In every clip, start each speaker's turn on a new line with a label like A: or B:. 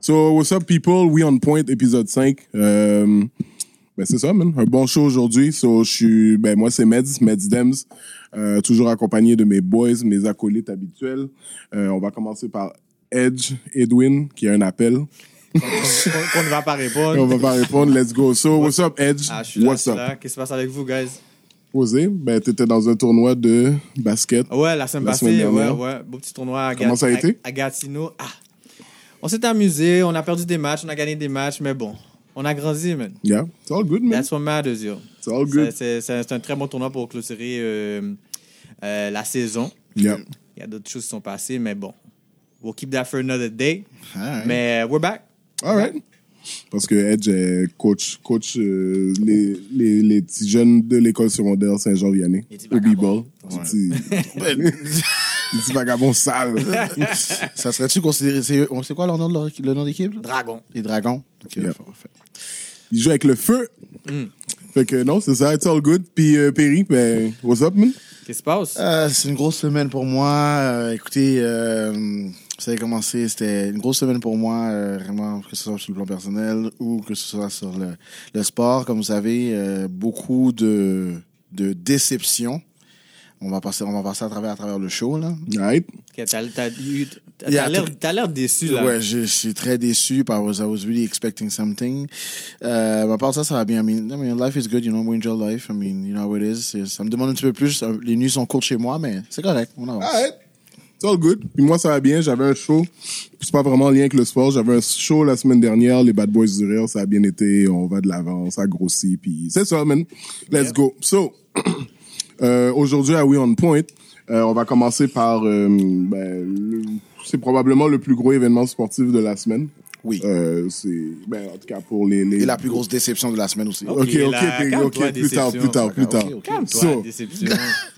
A: So, what's up, people? We on point, épisode 5. Euh, ben, c'est ça, man. Un bon show aujourd'hui. So, je suis, ben, moi, c'est Meds, Meds Dems. Euh, toujours accompagné de mes boys, mes acolytes habituels. Euh, on va commencer par Edge, Edwin, qui a un appel.
B: qu'on qu'on ne va pas répondre.
A: On va pas répondre. Let's go. So, what's up, Edge?
B: Ah, je suis là,
A: what's
B: je suis
A: up?
B: là. Qu'est-ce qui se passe avec vous, guys?
A: Posé, ben, t'étais dans un tournoi de basket.
B: Ah Ouais, la semaine
A: La
B: passée,
A: semaine
B: ouais,
A: dernière.
B: ouais. Beau petit tournoi à, Gat-
A: Comment ça a
B: à-
A: été?
B: à Gatineau. Ah. On s'est amusé, on a perdu des matchs, on a gagné des matchs, mais bon, on a grandi, man.
A: Yeah. It's all good, man.
B: That's what matters,
A: It's
B: yo.
A: all
B: C'est-
A: Oh, good.
B: C'est c'est un, c'est un très bon tournoi pour clôturer euh, euh, la saison.
A: Yeah.
B: Il y a d'autres choses qui sont passées, mais bon. We'll keep that for another day.
C: Alright.
B: Mais euh, we're back.
A: All right. Parce que Edge est coach, coach euh, les, les, les petits jeunes de l'école secondaire Saint-Jean Vianney
B: Les petits
A: au b-ball.
B: vagabonds.
A: Les petits- les petits vagabonds sales.
C: Ça serait-tu considéré. C'est on sait quoi leur nom de leur- le nom d'équipe là?
B: Dragon.
C: Les Dragons. Ok,
A: Yeah.
C: fa- fa-
A: Ils jouent avec le feu.
B: Mm.
A: Fait que non, c'est ça, it's all good. Puis euh, Perry, ben, what's up, man?
B: Qu'est-ce qui se passe?
C: Euh, c'est une grosse semaine pour moi. Euh, écoutez, euh, ça a commencé. C'était une grosse semaine pour moi, euh, vraiment, que ce soit sur le plan personnel ou que ce soit sur le, le sport. Comme vous savez, euh, beaucoup de, de déceptions. On va passer, on va passer à travers, à travers le show là.
A: All right.
B: Ok, T'as t'as- t'as-
C: Il y a
B: t'as l'air-
C: tout-
B: t'as l'air déçu, là.
C: Ouais, je, je suis très déçu. par I was, I was really expecting something. Euh, mais à part ça, ça va bien. I mean, I mean, life is good, you know, we enjoy life. I mean, you know how it is. C'est- Ça me demande un petit peu plus. Euh, Les nuits sont courtes chez moi, mais c'est correct. On avance.
A: All right. It's all good. Puis moi, ça va bien. J'avais un show. C'est pas vraiment en lien avec le sport. J'avais un show la semaine dernière, les Bad Boys du Rire. Ça a bien été. On va de l'avant. Ça grossit. Puis c'est ça, man. Let's go. So, euh, aujourd'hui à We On Point, euh, on va commencer par... euh, ben, le- c'est probablement le plus gros événement sportif de la semaine.
C: Oui.
A: Euh, c'est... Ben, en tout cas, pour les... les
C: Et la plus grosse déception de la semaine aussi.
A: OK, OK,
B: Et la-
A: Perry,
B: calme-toi,
A: OK. Plus tard,
B: déception.
A: plus tard, plus tard.
C: Ok, ok.
B: Calme-toi,
A: So,
B: déception.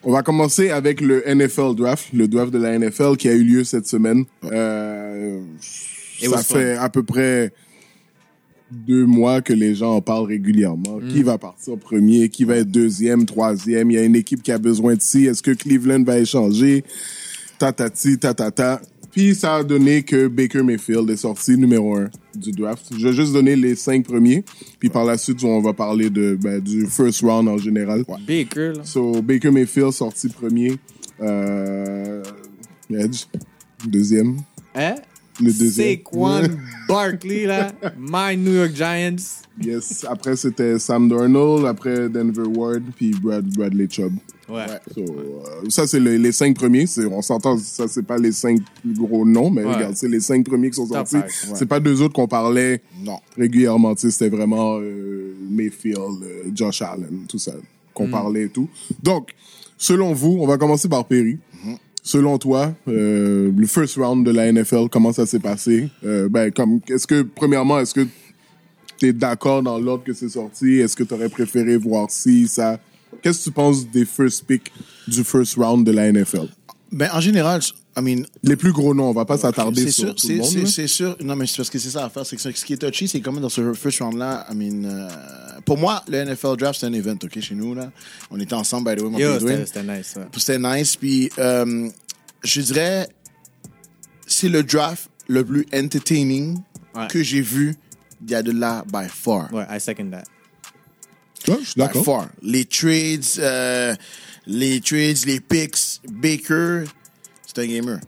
A: on va commencer avec le NFL draft, le draft de la NFL qui a eu lieu cette semaine. Euh,
B: It
A: ça
B: was fun.
A: fait à peu près deux mois que les gens en parlent régulièrement. Qui va partir premier? Qui va être deuxième, troisième? Il y a une équipe qui a besoin de ci. Est-ce que Cleveland va échanger? Tatati, tatata. Puis ça a donné que Baker Mayfield est sorti numéro un du draft. Je vais juste donner les cinq premiers. Puis par la suite, on va parler de, ben, du first round en général.
B: Baker, là.
A: So, Baker Mayfield sorti premier. Euh, Edge, deuxième.
B: Hein?
A: Le deuxième.
B: Saquon Barkley, là. My New York Giants.
A: Yes. Après, c'était Sam Darnold. Après, Denver Ward. Puis Brad, Bradley Chubb.
B: Ouais.
A: So, euh, ça, c'est le- les cinq premiers. C'est- On s'entend, ça, c'est pas les cinq plus gros noms, mais
B: Ouais.
A: regarde, c'est les cinq premiers qui sont
B: Top
A: sortis.
B: five,
A: C'est pas deux autres qu'on parlait
C: Non.
A: régulièrement. tu sais, C'était vraiment euh, Mayfield, euh, Josh Allen, tout ça,
C: Mm.
A: qu'on parlait et tout. Donc, selon vous, on va commencer par Perry.
C: Mm-hmm.
A: Selon toi, euh, le first round de la NFL, comment ça s'est passé? Euh, ben, comme, est-ce que, premièrement, est-ce que tu es d'accord dans l'ordre que c'est sorti? Est-ce que tu aurais préféré voir si ça. Qu'est-ce que tu penses des first picks du first round de la NFL?
C: Ben, en général, je- I mean,
A: Les plus gros noms, on va pas s'attarder
C: c'est
A: sur
C: sûr,
A: tout le
C: c'est
A: monde.
C: c'est-
A: là.
C: c'est sûr. Non, mais c'est parce que c'est ça à faire. C'est que ce- ce qui est touchy, c'est quand même dans ce first round-là. I mean, euh, pour moi, le NFL draft, c'est un event, OK, chez nous, là. On était ensemble, by the way, moi,
B: Yo,
C: puis Edwin.
B: c'était c'était nice, ouais.
C: Puis C'était nice. Puis, euh, je dirais, c'est le draft le plus entertaining
B: Ouais.
C: que j'ai vu il y a de là, by far.
B: Ouais, I second that.
A: Ouais, je suis
C: By
A: d'accord.
C: far. Les trades, euh, les trades, les picks, Baker, c'est un gamer.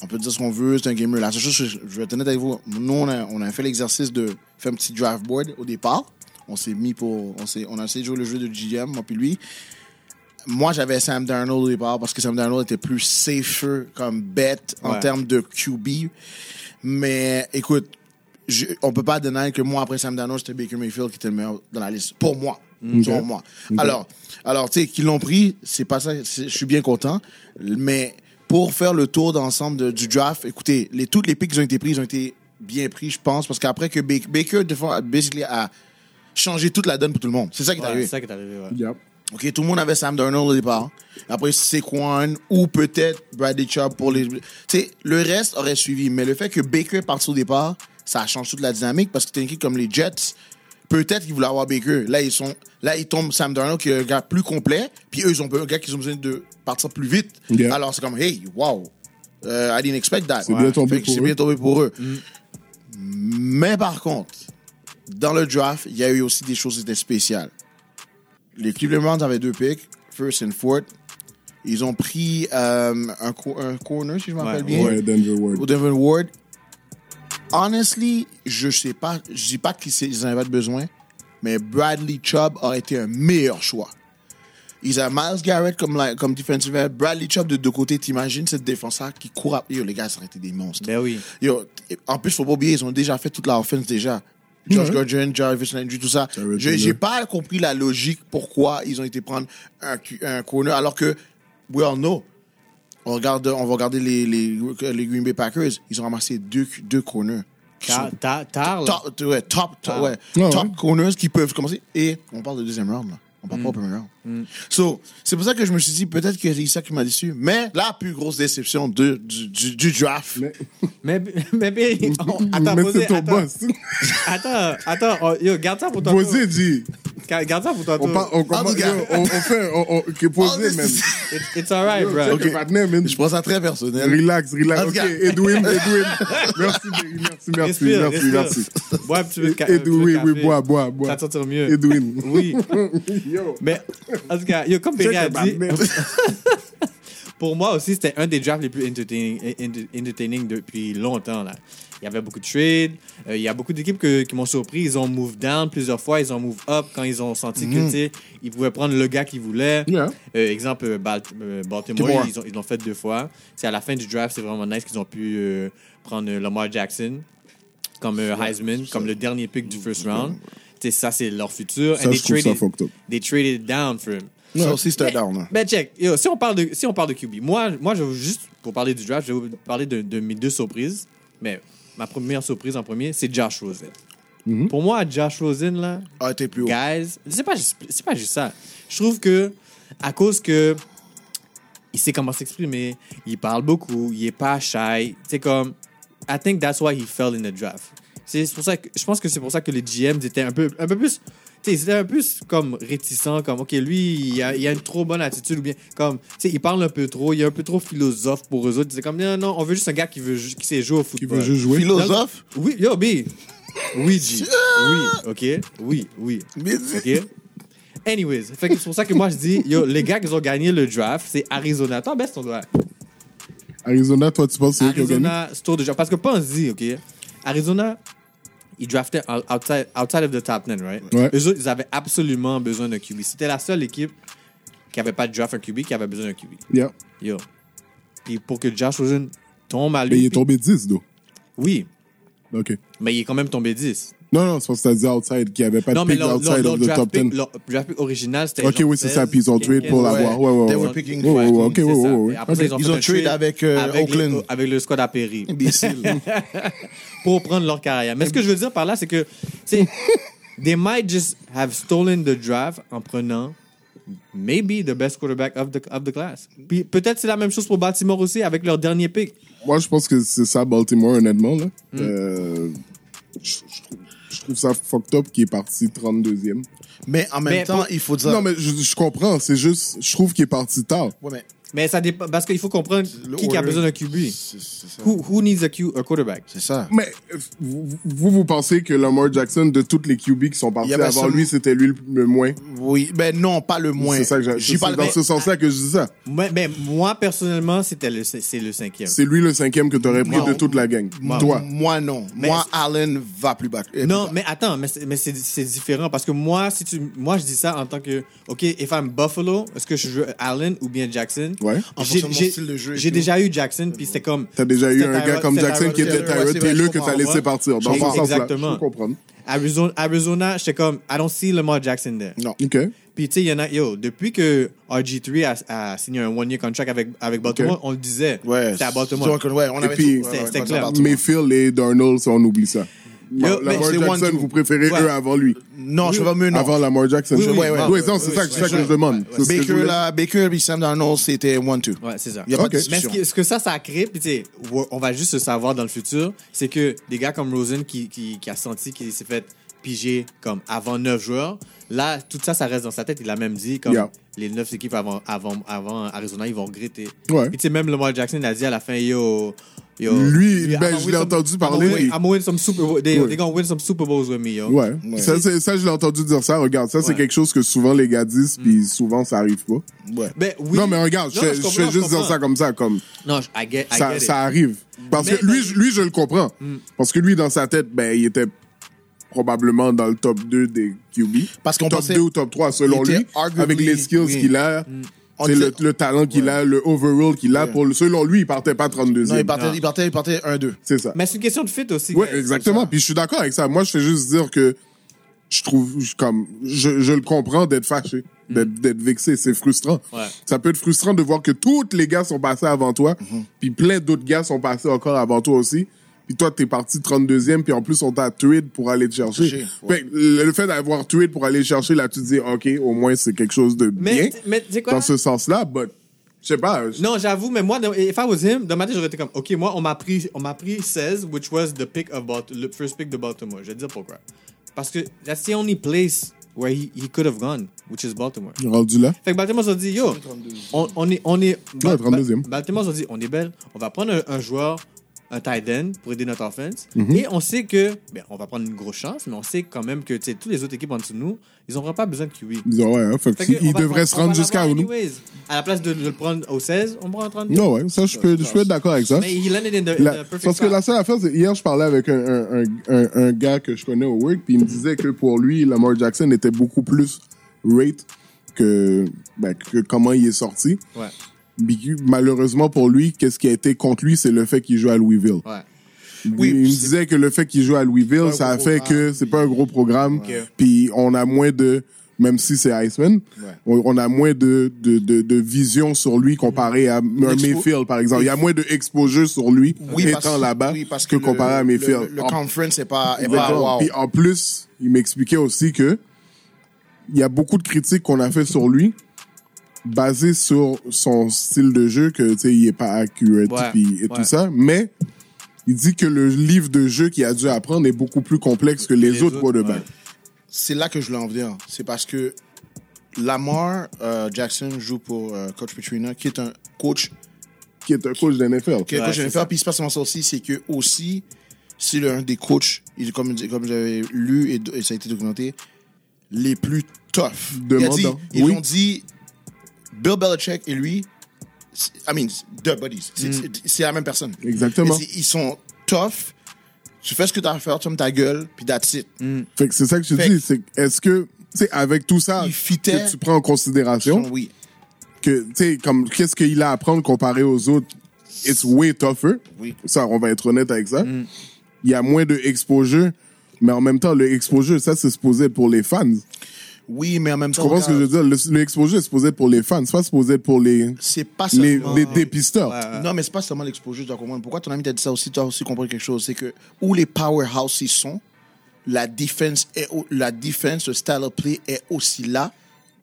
C: On peut dire ce qu'on veut, c'est un gamer. La seule chose, que je je vais être honnête avec vous, nous, on a, on a fait l'exercice de faire un petit draft board au départ. On s'est mis pour. On, s'est- on a essayé de jouer le jeu de GM, moi puis lui. Moi, j'avais Sam Darnold au départ parce que Sam Darnold était plus safe comme bête en
B: Ouais.
C: termes de QB. Mais écoute, je- on peut pas denier que moi, après Sam Darnold, c'était Baker Mayfield qui était le meilleur dans la liste. Pour moi.
B: Mm-hmm.
C: Pour moi. Alors, alors tu sais, qu'ils l'ont pris, c'est pas ça. c'est- Je suis bien content. Mais pour faire le tour d'ensemble de- du draft, écoutez, les, toutes les picks qui ont été prises ont été bien pris, je pense, parce qu'après que Ba- Baker, des fois, basically, a changé toute la donne pour tout le monde. C'est ça qui est
B: Ouais,
C: arrivé.
B: c'est ça qui est arrivé, ouais.
A: Yep.
C: OK, tout le monde avait Sam Darnold au départ. Après, Saquon ou peut-être Bradley Chubb pour les... Tu sais, le reste aurait suivi. Mais le fait que Baker parte au départ, ça change toute la dynamique parce que t'es une équipe comme les Jets, peut-être qu'ils voulaient avoir Baker. Là, ils sont... Là, ils tombent Sam Darnold qui est un gars plus complet. Puis eux, ils ont un gars qui ont besoin de partir plus vite.
A: Yeah.
C: Alors, c'est comme, hey, wow, euh, I didn't expect that.
A: C'est bien tombé
C: Fait que
A: pour
C: c'est
A: eux.
C: bien tombé pour eux. Mais par contre, dans le draft, il y a eu aussi des choses qui étaient spéciales. Les Cleveland Browns avaient deux picks, First and Fourth. Ils ont pris euh, un, co- un corner, si je
B: Ouais,
C: m'appelle bien,
A: Ouais, Denver
C: au
A: Ward.
C: Devin Ward. Honestly, je sais pas, je dis pas qu'ils s- ils en avaient besoin, mais Bradley Chubb aurait été un meilleur choix. Ils ont Miles Garrett comme, la- comme defensive end, Bradley Chubb de deux côtés. T'imagines cette défense-là qui court après. Yo, les gars, ça aurait été des monstres.
B: Ben oui.
C: Yo, t- en plus, faut pas oublier, ils ont déjà fait toute la offense déjà. Josh Gordon, Jarvis Landry, tout ça.
A: Jarvis
C: Je- J'ai
A: Landry.
C: pas compris la logique pourquoi ils ont été prendre un, cu- un corner alors que, we all know, on, regarde, on va regarder les, les, les Green Bay Packers, ils ont ramassé deux, deux corners. qui
B: Ta-
C: sont
B: ta- Tarl.
C: Top, ouais, top, top,
B: Ah.
C: ouais,
A: Ouais,
C: top
A: ouais.
C: corners qui peuvent commencer. Et on parle de deuxième round, là. On parle pas au premier round. So, c'est pour ça que je me suis dit, peut-être que c'est ça qui m'a déçu. Mais la plus grosse déception de, du, du, du draft.
A: Mais,
B: Mais, mais Perry, on- attends,
A: mais
B: Bozé,
A: c'est ton
B: attends,
A: boss.
B: Attends, attends, oh, yo, garde ça pour toi.
A: Posé dit.
B: Garde ça pour toi.
A: On, par- on, commence-
C: tout cas.
A: yo, on, on fait. On, on, que
C: Oh,
A: posé,
C: this
A: man.
C: is-
B: It- it's alright, bro.
A: Check your partner, man.
C: Je prends ça très personnel.
A: Relax, relax.
C: En tout
A: Ok,
C: cas.
A: Edwin, Edwin. Merci, Berry, merci, merci,
B: Respire,
A: merci,
B: respire.
A: merci.
B: Bois un petit peu de ca- un petit peu
A: Edwin,
B: de
A: oui,
B: café.
A: oui, bois, bois,
B: Ça va
A: bois.
B: te sentir mieux.
A: Edwin.
B: Oui.
A: Yo.
B: Mais, en tout cas, yo, comme Perry a
A: Check
B: dit,
A: your partner.
B: pour moi aussi, c'était un des drafts les plus entertaining, ent- entertaining depuis longtemps. Là. Il y avait beaucoup de trades. Euh, il y a beaucoup d'équipes que- qui m'ont surpris. Ils ont move down plusieurs fois. Ils ont move up quand ils ont senti que, tu sais, ils pouvaient prendre le gars qu'ils voulaient.
A: Mm. Yeah.
B: Euh, exemple, euh, Balt- euh, Baltimore,
C: Baltimore.
B: ils ont- ils l'ont fait deux fois. C'est à la fin du draft, c'est vraiment nice qu'ils ont pu euh, prendre euh, Lamar Jackson comme euh, Heisman, comme le dernier pick du first round. Tu sais, ça, c'est leur futur.
A: Ça,
B: And
A: je trouve ça fucked up.
B: they traded down for him.
C: Ça aussi, c'est un down. hein.
B: Ben check, Yo, si on parle de si on parle de QB, moi moi je veux juste pour parler du draft, je vais vous parler de, de mes deux surprises. Mais ma première surprise en premier, c'est Josh Rosen.
A: Mm-hmm.
B: Pour moi, Josh Rosen là,
C: Ah, t'es plus haut.
B: guys, c'est pas juste- c'est pas juste ça. Je trouve que à cause que il sait comment s'exprimer, il parle beaucoup, il est pas shy, c'est comme I think that's why he fell in the draft. C'est pour ça que je pense que c'est pour ça que les GMs étaient un peu un peu plus tu sais, ils étaient un peu plus comme réticents, comme OK, lui, il a, il a une trop bonne attitude, ou bien comme, tu sais, il parle un peu trop, il est un peu trop philosophe pour eux autres. C'est comme, non, non, on veut juste un gars qui, veut, ju- qui sait jouer au
A: Il
B: football.
A: veut juste jouer.
C: Philosophe?
B: Oui, yo, B. Oui, G. Oui, OK. Oui, oui.
C: Mais-
B: OK. Anyways, fait que c'est pour ça que moi je dis, yo, les gars qui ont gagné le draft, c'est Arizona. Attends, baisse ton doigt.
A: Arizona, toi, tu penses que c'est eux qui ont gagné?
B: Arizona, c'est tour de draft. Parce que pense-y, OK? Arizona, ils draftaient out- outside, outside of the top 10, right?
A: Ouais.
B: Eux autres, ils avaient absolument besoin d'un QB. C'était la seule équipe qui n'avait pas de draft un QB, qui avait besoin d'un QB.
A: Yeah.
B: Yo. Puis pour que Josh Rosen tombe à lui.
A: Mais il est
B: puis-
A: tombé 10, d'où?
B: Oui,
A: OK.
B: mais il est quand même tombé 10.
A: Non, non, c'est parce que t'as dit outside, qu'il n'y avait pas de
B: Non, mais
A: pick
B: leur, leur,
A: outside
B: leur
A: of the
B: draft
A: top
B: pick,
A: 10.
B: leur draft pick original, c'était.
A: OK,
B: genre
A: oui, c'est ça.
B: 16,
A: Puis ils ont trade pour
B: 15,
A: l'avoir.
C: ouais.
A: Ouais, ouais, ouais.
C: They were
A: ouais.
C: picking
A: Ouais, ouais, ouais,
C: fast.
A: OK, ouais,
B: C'est
A: ouais,
B: ça. Et
A: ouais.
B: après ça,
A: OK.
B: ils ont,
C: oh, Ils
B: fait
C: ont
B: un
C: trade avec, euh,
B: les-
C: Oakland. Mm.
B: avec le squad à Perry
C: Imbécile.
B: pour prendre leur carrière. Mais ce que je veux dire par là, c'est que, tu sais, they might just have stolen the draft en prenant maybe the best quarterback of the, of the class. Puis peut-être c'est la même chose pour Baltimore aussi avec leur dernier pick.
A: Moi, je pense que c'est ça, Baltimore, honnêtement. Là.
C: Mm.
A: Euh, je, je trouve, je trouve ça fucked up qu'il est parti 32e.
C: mais en même
B: Mais
C: temps,
B: pour-
C: il faut dire.
A: Non, mais je, je comprends. C'est juste, je trouve qu'il est parti tard.
C: Ouais, mais.
B: Mais ça dépend, parce qu'il faut comprendre
C: le
B: qui, qui a
C: order,
B: besoin d'un QB.
C: C'est c'est ça.
B: Who, who needs a, Q, a quarterback?
C: C'est ça.
A: Mais euh, vous, vous vous pensez que Lamar Jackson, de toutes les QB qui sont
C: Il
A: partis
C: y avait
A: avant
C: seulement-
A: lui, c'était lui le, le moins?
C: Oui, ben non, pas le moins.
A: C'est ça que j'ai-
C: J'y
A: c'est
C: parle
A: dans
C: mais-
A: ce sens-là que je dis ça.
B: Mais, mais moi, personnellement, c'était le, c'est c'est le cinquième.
A: C'est lui le cinquième que t'aurais pris
C: Moi,
A: de toute la gang. Toi.
C: Moi, non.
B: Mais-
C: moi, Allen va plus bas. euh,
B: Non,
C: plus bas.
B: mais attends, mais c'est, mais c'est- c'est différent parce que moi, si tu, moi, je dis ça en tant que, ok, if I'm Buffalo, est-ce que je veux Allen ou bien Jackson
A: Ouais.
C: En
B: J'ai,
C: fonction de mon
B: j'ai-
C: style de jeu et
B: j'ai
C: tout.
B: déjà eu Jackson, puis c'était comme.
A: T'as déjà eu
B: c'était
A: un gars
B: Tyrod-
A: comme
B: c'était
A: Jackson qui
B: Tyrod
A: était
B: Taylor.
C: ouais,
A: Tyrod
C: c'est vrai, je
A: Taylor que t'as
C: comprends,
A: laissé
B: ouais.
A: partir. Dans ce
B: Exactement.
A: sens-là, je comprends.
B: Arizona, Arizona, j'étais comme, I don't see Lamar Jackson there.
C: Non.
A: OK.
B: Puis, tu sais, il y en a, yo, depuis que RG3 a, a signé un one-year contract avec, avec Baltimore,
A: Ok.
B: on le disait.
C: Ouais.
B: C'était à
C: c'est
B: Baltimore.
C: vrai que- Ouais, on
A: Et
C: avait
A: puis,
C: tout- ouais,
B: c'est-
C: ouais,
B: c'était
C: ouais,
B: clair.
C: ça part-
A: Mayfield et Darnold, ça, on oublie ça.
B: Yo, mais
A: Lamar
C: c'est
A: Jackson,
C: one-two.
A: vous préférez
B: Ouais.
A: eux avant lui.
C: Non, je veux mieux non.
A: Avant Lamar Jackson.
B: Oui, oui,
A: ouais, ouais,
B: ouais.
A: non, c'est
B: Oui,
A: ça,
B: oui,
A: c'est
B: c'est
A: ça
B: sûr.
A: que je demande. C'est ce que je
C: Baker,
A: voulais-
C: là, Baker et Sam Darnold, c'était one-two.
B: Ouais, c'est ça.
C: Y a pas
A: Ok.
C: de
B: Mais ce
C: discussion.
B: que, ce que ça, ça a créé, puis tu sais, wo- on va juste le savoir dans le futur, c'est que des gars comme Rosen qui, qui, qui a senti qu'il s'est fait piger comme avant neuf joueurs, là, tout ça, ça reste dans sa tête. Il a même dit, comme
A: Yeah.
B: les neuf équipes avant, avant, avant Arizona, ils vont regretter.
A: Ouais.
B: Puis tu sais, même Lamar Jackson a dit à la fin, yo, Yo.
A: Lui,
B: Yeah,
A: ben,
B: I'ma
A: je
B: win
A: l'ai
B: some-
A: entendu parler,
B: I'ma win-
A: oui.
B: I'ma win some Super Bowl- They,
A: Oui.
B: they gonna win some Super Bowls with me, yo.
A: Ouais.
C: Ouais.
A: Ça, c'est- ça, je l'ai entendu dire ça. Regarde, ça, c'est
B: Ouais.
A: quelque chose que souvent les gars disent, puis souvent, ça arrive pas.
C: Ouais.
B: Ben, oui.
A: Non, mais regarde, je,
B: Non,
A: fais- je
B: comprends,
A: fais juste
B: comprends.
A: dire ça comme ça, comme
B: Non, je- I get, I
A: ça,
B: get it.
A: ça arrive. Parce
B: Mais- Mm.
A: que lui, je- lui, je le comprends. Parce que lui, dans sa tête, ben, il était probablement dans le top 2 des QB.
C: Parce qu'on
A: top
C: pensait-
A: 2 ou top 3, selon
C: il était
A: lui,
C: arguably-
A: avec les skills
C: oui.
A: qu'il
B: Mm.
A: a,
C: On
A: c'est
C: disait-
A: le, le talent qu'il a, le overall qu'il a. Pour, le- selon lui, il partait pas 32e.
C: Non, il partait,
B: Non.
C: il partait, il partait 1-2.
A: C'est ça.
B: Mais c'est une question de fit aussi.
A: Oui,
B: guys.
A: exactement. Puis je suis d'accord avec ça. Moi, je fais juste dire que je trouve je- comme je, je le comprends d'être fâché, d'être d'être vexé, c'est frustrant.
B: Ouais.
A: Ça peut être frustrant de voir que tous les gars sont passés avant toi, puis plein d'autres gars sont passés encore avant toi aussi. Puis toi, t'es parti 32e, puis en plus, on t'a trade pour aller te chercher.
C: Chercher, ouais.
A: Fait que le le fait d'avoir trade pour aller chercher, là, tu te dis, OK, au moins, c'est quelque chose de
B: Mais,
A: bien
B: t- mais tu sais quoi?
A: dans ce sens-là. But, je sais pas. je-
B: Non, j'avoue, mais moi, de- if I was him, dans ma tête, j'aurais été comme, OK, moi, on m'a pris, on m'a pris 16, which was the pick of Balt- le first pick de Baltimore. Je vais te dire pourquoi. Parce que that's the only place where he, he could have gone, which is Baltimore.
A: Rendu là.
B: Fait que Baltimore se dit, yo, on, on est. On est
A: Ouais, 32e.
B: Baltimore se dit, on est belle, on va prendre un, un joueur, un tight end pour aider notre offense.
A: Mhm.
B: Et on sait que, ben, on va prendre une grosse chance, mais on sait quand même que, tu sais, toutes les autres équipes en dessous de nous, ils n'ont vraiment pas besoin de QI.
A: Ils disent, ouais, hein, fait que
B: Fait
A: si-
B: que on
A: il
B: va-
A: devrait
B: on-
A: se
B: on
A: rendre
B: va
A: jusqu'à
B: l'avoir
A: nous.
B: anyways. À la place de, de le prendre au 16, on prend en 32.
A: Non, ouais, ça, je peux, je peux être d'accord avec ça.
B: Mais il landed in the, in
A: Hein? La-
B: the perfect
A: parce que
B: spot.
A: la seule affaire, c'est hier, je parlais avec un, un, un, un, un gars que je connais au work, puis il me disait que pour lui, Lamar Jackson était beaucoup plus rate que, ben, que comment il est sorti.
B: Ouais,
A: Puis, Malheureusement pour lui, qu'est-ce qui a été contre lui, c'est le fait qu'il joue à Louisville.
B: ouais.
A: Oui, il me disait que le fait qu'il joue à Louisville,
C: un
A: ça a
C: gros
A: fait que c'est pas un gros programme. Puis on a moins de, même si c'est Iceman, on, on a moins de, de, de, de vision sur lui comparé à M-
C: Mm. L'expo-
A: Mayfield, par exemple. Il y a moins de exposure sur lui
C: parce-
A: étant là-bas
C: oui, parce
A: que,
C: le-
A: comparé à
C: le-
A: Mayfield.
C: Le, le
A: En-
C: conference n'est pas, est pas
A: Exactement.
C: Ah, bah, wow.
A: Puis en plus, il m'expliquait aussi que il y a beaucoup de critiques qu'on a fait sur lui basées sur son style de jeu que tu sais il est pas accurate
B: Ouais,
A: puis et
B: ouais.
A: tout ça, mais il dit que le livre de jeu qu'il a dû apprendre est beaucoup plus complexe que les,
B: les
A: autres
B: autres,
A: quarterbacks.
C: C'est là que je voulais en venir. C'est parce que Lamar euh, Jackson joue pour euh, Coach Petrina, qui est un coach
A: Qui est un coach de NFL.
C: que que
B: Ouais,
C: j'aime
B: c'est
C: faire. Puis c'est pas seulement ça aussi, c'est que aussi, c'est l'un des coachs, il, comme, comme j'avais lu et, do- et ça a été documenté, les plus tough. Il a dit-
A: Demandant.
C: Ils
A: Oui.
C: ont dit, Bill Belichick et lui, c'est- I mean, they're buddies. C'est c'est- c'est la même personne.
A: Mm. Exactement.
C: Et c'est- Ils sont tough. Tu fais ce que t'as à faire, tu fermes ta gueule, puis that's it.
A: Fait que c'est ça que je te
C: Fait
A: dis, c'est que est-ce que tu sais avec tout ça
C: Il fitait.
A: que tu prends en considération
C: Oui.
A: que tu sais comme qu'est-ce qu'il a à apprendre comparé aux autres it's way tougher
C: Oui.
A: ça on va être honnête avec ça
B: Mm.
A: il y a moins de exposure mais en même temps le exposure ça c'est supposé être pour les fans tu
C: Oui, mais en même temps,
A: comprends ce que je veux
C: regarde,
A: dire le, le exposure est supposé être pour les fans c'est pas supposé être pour les
C: c'est pas
A: les,
C: seulement...
A: les dépisteurs
C: Non, mais c'est pas seulement l'exposure, tu dois comprendre. Pourquoi ton ami t'a dit ça aussi, tu as aussi compris quelque chose. C'est que où les powerhouses ils sont, la défense, est, au- la défense, le style of play est aussi là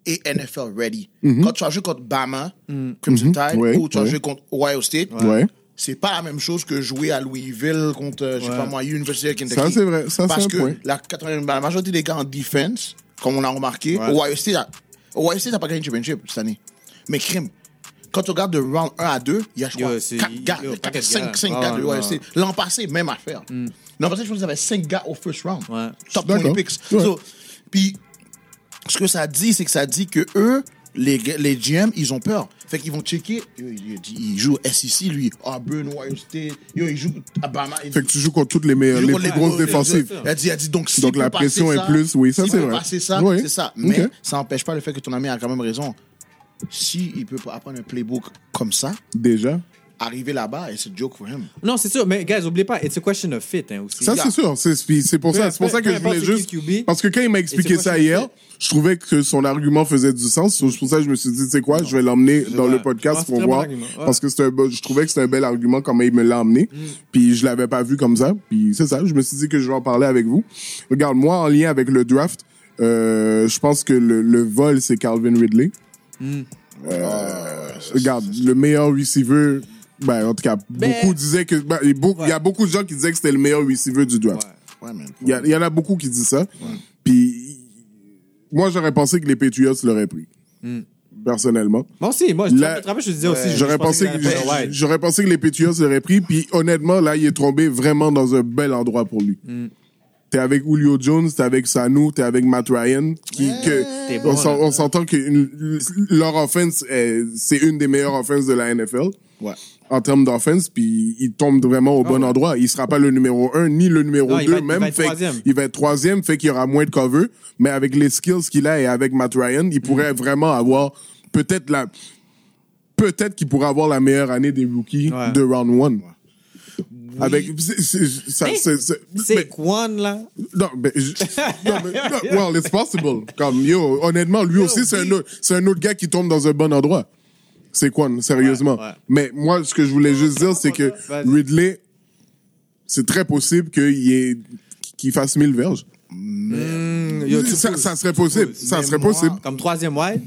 C: et NFL ready. Quand tu as joué contre Bama, Crimson Tide,
A: Mhm. Ouais,
C: ou tu as
A: ouais.
C: joué contre Ohio State,
A: Ouais.
C: c'est pas la même chose que jouer à Louisville contre, euh, je sais
B: Ouais.
C: pas moi, University of Kentucky.
A: Ça, c'est vrai. Ça, c'est
C: Parce
A: un
C: que
A: point.
C: La, 80 la majorité des gars en défense, comme on a remarqué,
B: Ouais.
C: Ohio State a- Ohio State n'a pas gagné le championship cette année. Mais crime. Quand tu regardes de round 1 à 2, il y a je
B: Yo,
C: crois,
B: c'est-
C: 4 gars,
B: yo, paquet de
C: 5,
B: gars.
C: gars de
B: Ouais, Mm.
C: Ohio State. L'an passé, même affaire. L'an passé, je pense qu'ils avaient 5 gars au first round.
B: Ouais.
A: Je
C: Top
A: suis
C: 20
A: d'accord.
C: picks.
A: Ouais.
C: So, Puis, ce que ça dit, c'est que ça dit que eux, les, g- les GM, ils ont peur. Fait qu'ils vont checker. Yo, Il, il- il joue SEC, lui. Ah, Auburn, Ohio State. Yo, il joue Alabama. Il-
A: fait que tu joues contre toutes les meilleures
C: il joue
A: les
C: contre
A: plus
C: les
A: grosses
C: gros-
A: défensives
B: exactement.
C: Elle dit, elle dit donc si
A: Donc, la pression est plus- oui, ça, c'est vrai.
C: passer ça,
A: Oui.
C: c'est ça. Mais
A: Ok.
C: ça n'empêche pas le fait que ton ami a quand même raison. Si il peut pas apprendre un playbook comme ça,
A: déjà
C: arriver là-bas, it's a joke for him.
B: Non, c'est sûr, mais guys, oubliez pas, it's a question of fit hein, aussi.
A: ça c'est sûr c'est puis c'est pour ça
B: Peu-
A: c'est pour ça
B: peu-
A: que
B: peu
A: je voulais
B: importe c'est
A: juste
B: qui le QB.
A: parce que quand il m'a expliqué
B: quoi
A: ça
B: qu'il
A: hier
B: fait?
A: je trouvais que son argument faisait du sens c'est pour ça que je me suis dit tu sais quoi je vais l'emmener dans
B: vrai.
A: le podcast
B: Ouais, c'est
A: pour
B: très
A: voir
B: bon argument, ouais. Mm.
A: parce que c'est un beau- je trouvais que c'était un bel argument comment il me l'a emmené puis je l'avais pas vu comme ça puis c'est ça je me suis dit que je vais en parler avec vous regarde moi en lien avec le draft euh, je pense que le, le vol c'est Calvin Ridley
B: Mm.
A: Euh, regarde, le meilleur receiver, ben, en tout cas,
B: Ben-
A: beaucoup disaient que. ben, et beaucoup- il y a beaucoup de gens qui disaient que c'était le meilleur receiver du draft.
C: Ouais, man.
A: Il y a- il y, en a beaucoup qui disent ça. Puis, moi, j'aurais pensé que les Patriots l'auraient pris. personnellement.
B: Moi aussi, moi, je
A: La-
B: te rappelle, je te disais aussi. Hmm. je- je
A: J'aurais
B: pensais
A: pensé,
B: que
A: que
B: j'allais pas- ouais.
A: j'aurais pensé que les Pétuos l'auraient pris. Puis honnêtement, là, il est tombé vraiment dans un bel endroit pour lui.
B: Hmm.
A: T'es avec Julio Jones, t'es avec Sanu, t'es avec Matt Ryan. Qui, que,
B: T'es bon,
A: on s'en-
B: là.
A: on s'entend que une- leur offense, est- c'est une des meilleures offenses de la NFL
C: Ouais.
A: en termes d'offense. Puis il tombe vraiment au bon endroit. Il sera pas le numéro un ni le numéro
B: Ah Non, il va
A: 2
B: être- il
A: même.
B: va être
A: fait que-
B: troisième.
A: il va être troisième, fait qu'il y aura moins de cover. Mais avec les skills qu'il a et avec Matt Ryan,
B: Mm.
A: il pourrait vraiment avoir peut-être la peut-être qu'il pourrait avoir la meilleure année des rookies
B: Ouais.
A: de round one. Avec c'est- c'est- ça,
B: Mais
A: c'est- c'est- mais-
B: C'est Kwan, là.
A: non, mais, je- non, mais- non, well, it's possible. Comme, yo, honnêtement, lui aussi, c'est un, autre- c'est un autre gars qui tombe dans un bon endroit. C'est quoi, sérieusement.
B: Ouais, ouais.
A: Mais moi, ce que je voulais juste dire, c'est que
B: Vas-y.
A: Ridley, c'est très possible qu'il ait- qu'il fasse 1000 verges.
B: Mm, yo, tu
A: Ça,
B: pousses.
A: ça serait possible.
B: pousses.
A: Ça
C: Mais
A: serait
C: moi-
A: possible.
B: Comme troisième wide.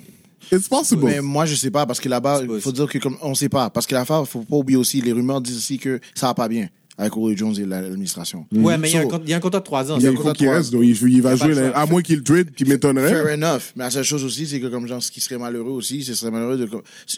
A: It's possible.
C: Mais moi, je sais pas, parce que là-bas,
B: C'est
C: il faut
B: possible.
C: dire que comme, on sait pas. Parce que l'affaire, faut pas oublier aussi, les rumeurs disent aussi que ça va pas bien avec Roy Jones et la- l'administration.
B: Ouais, mais il y a un
C: So,
B: con- il y a un contrat de trois ans.
A: Mm, il
C: un
A: faut
C: contrat
A: qu'il
C: de
A: reste. donc il, il va
B: pas
A: jouer,
B: le
A: là,
B: choix.
A: à moins qu'il trade, qui m'étonnerait.
C: Fair enough. Mais la seule chose aussi, c'est que comme genre, ce qui serait malheureux aussi, ce serait malheureux de.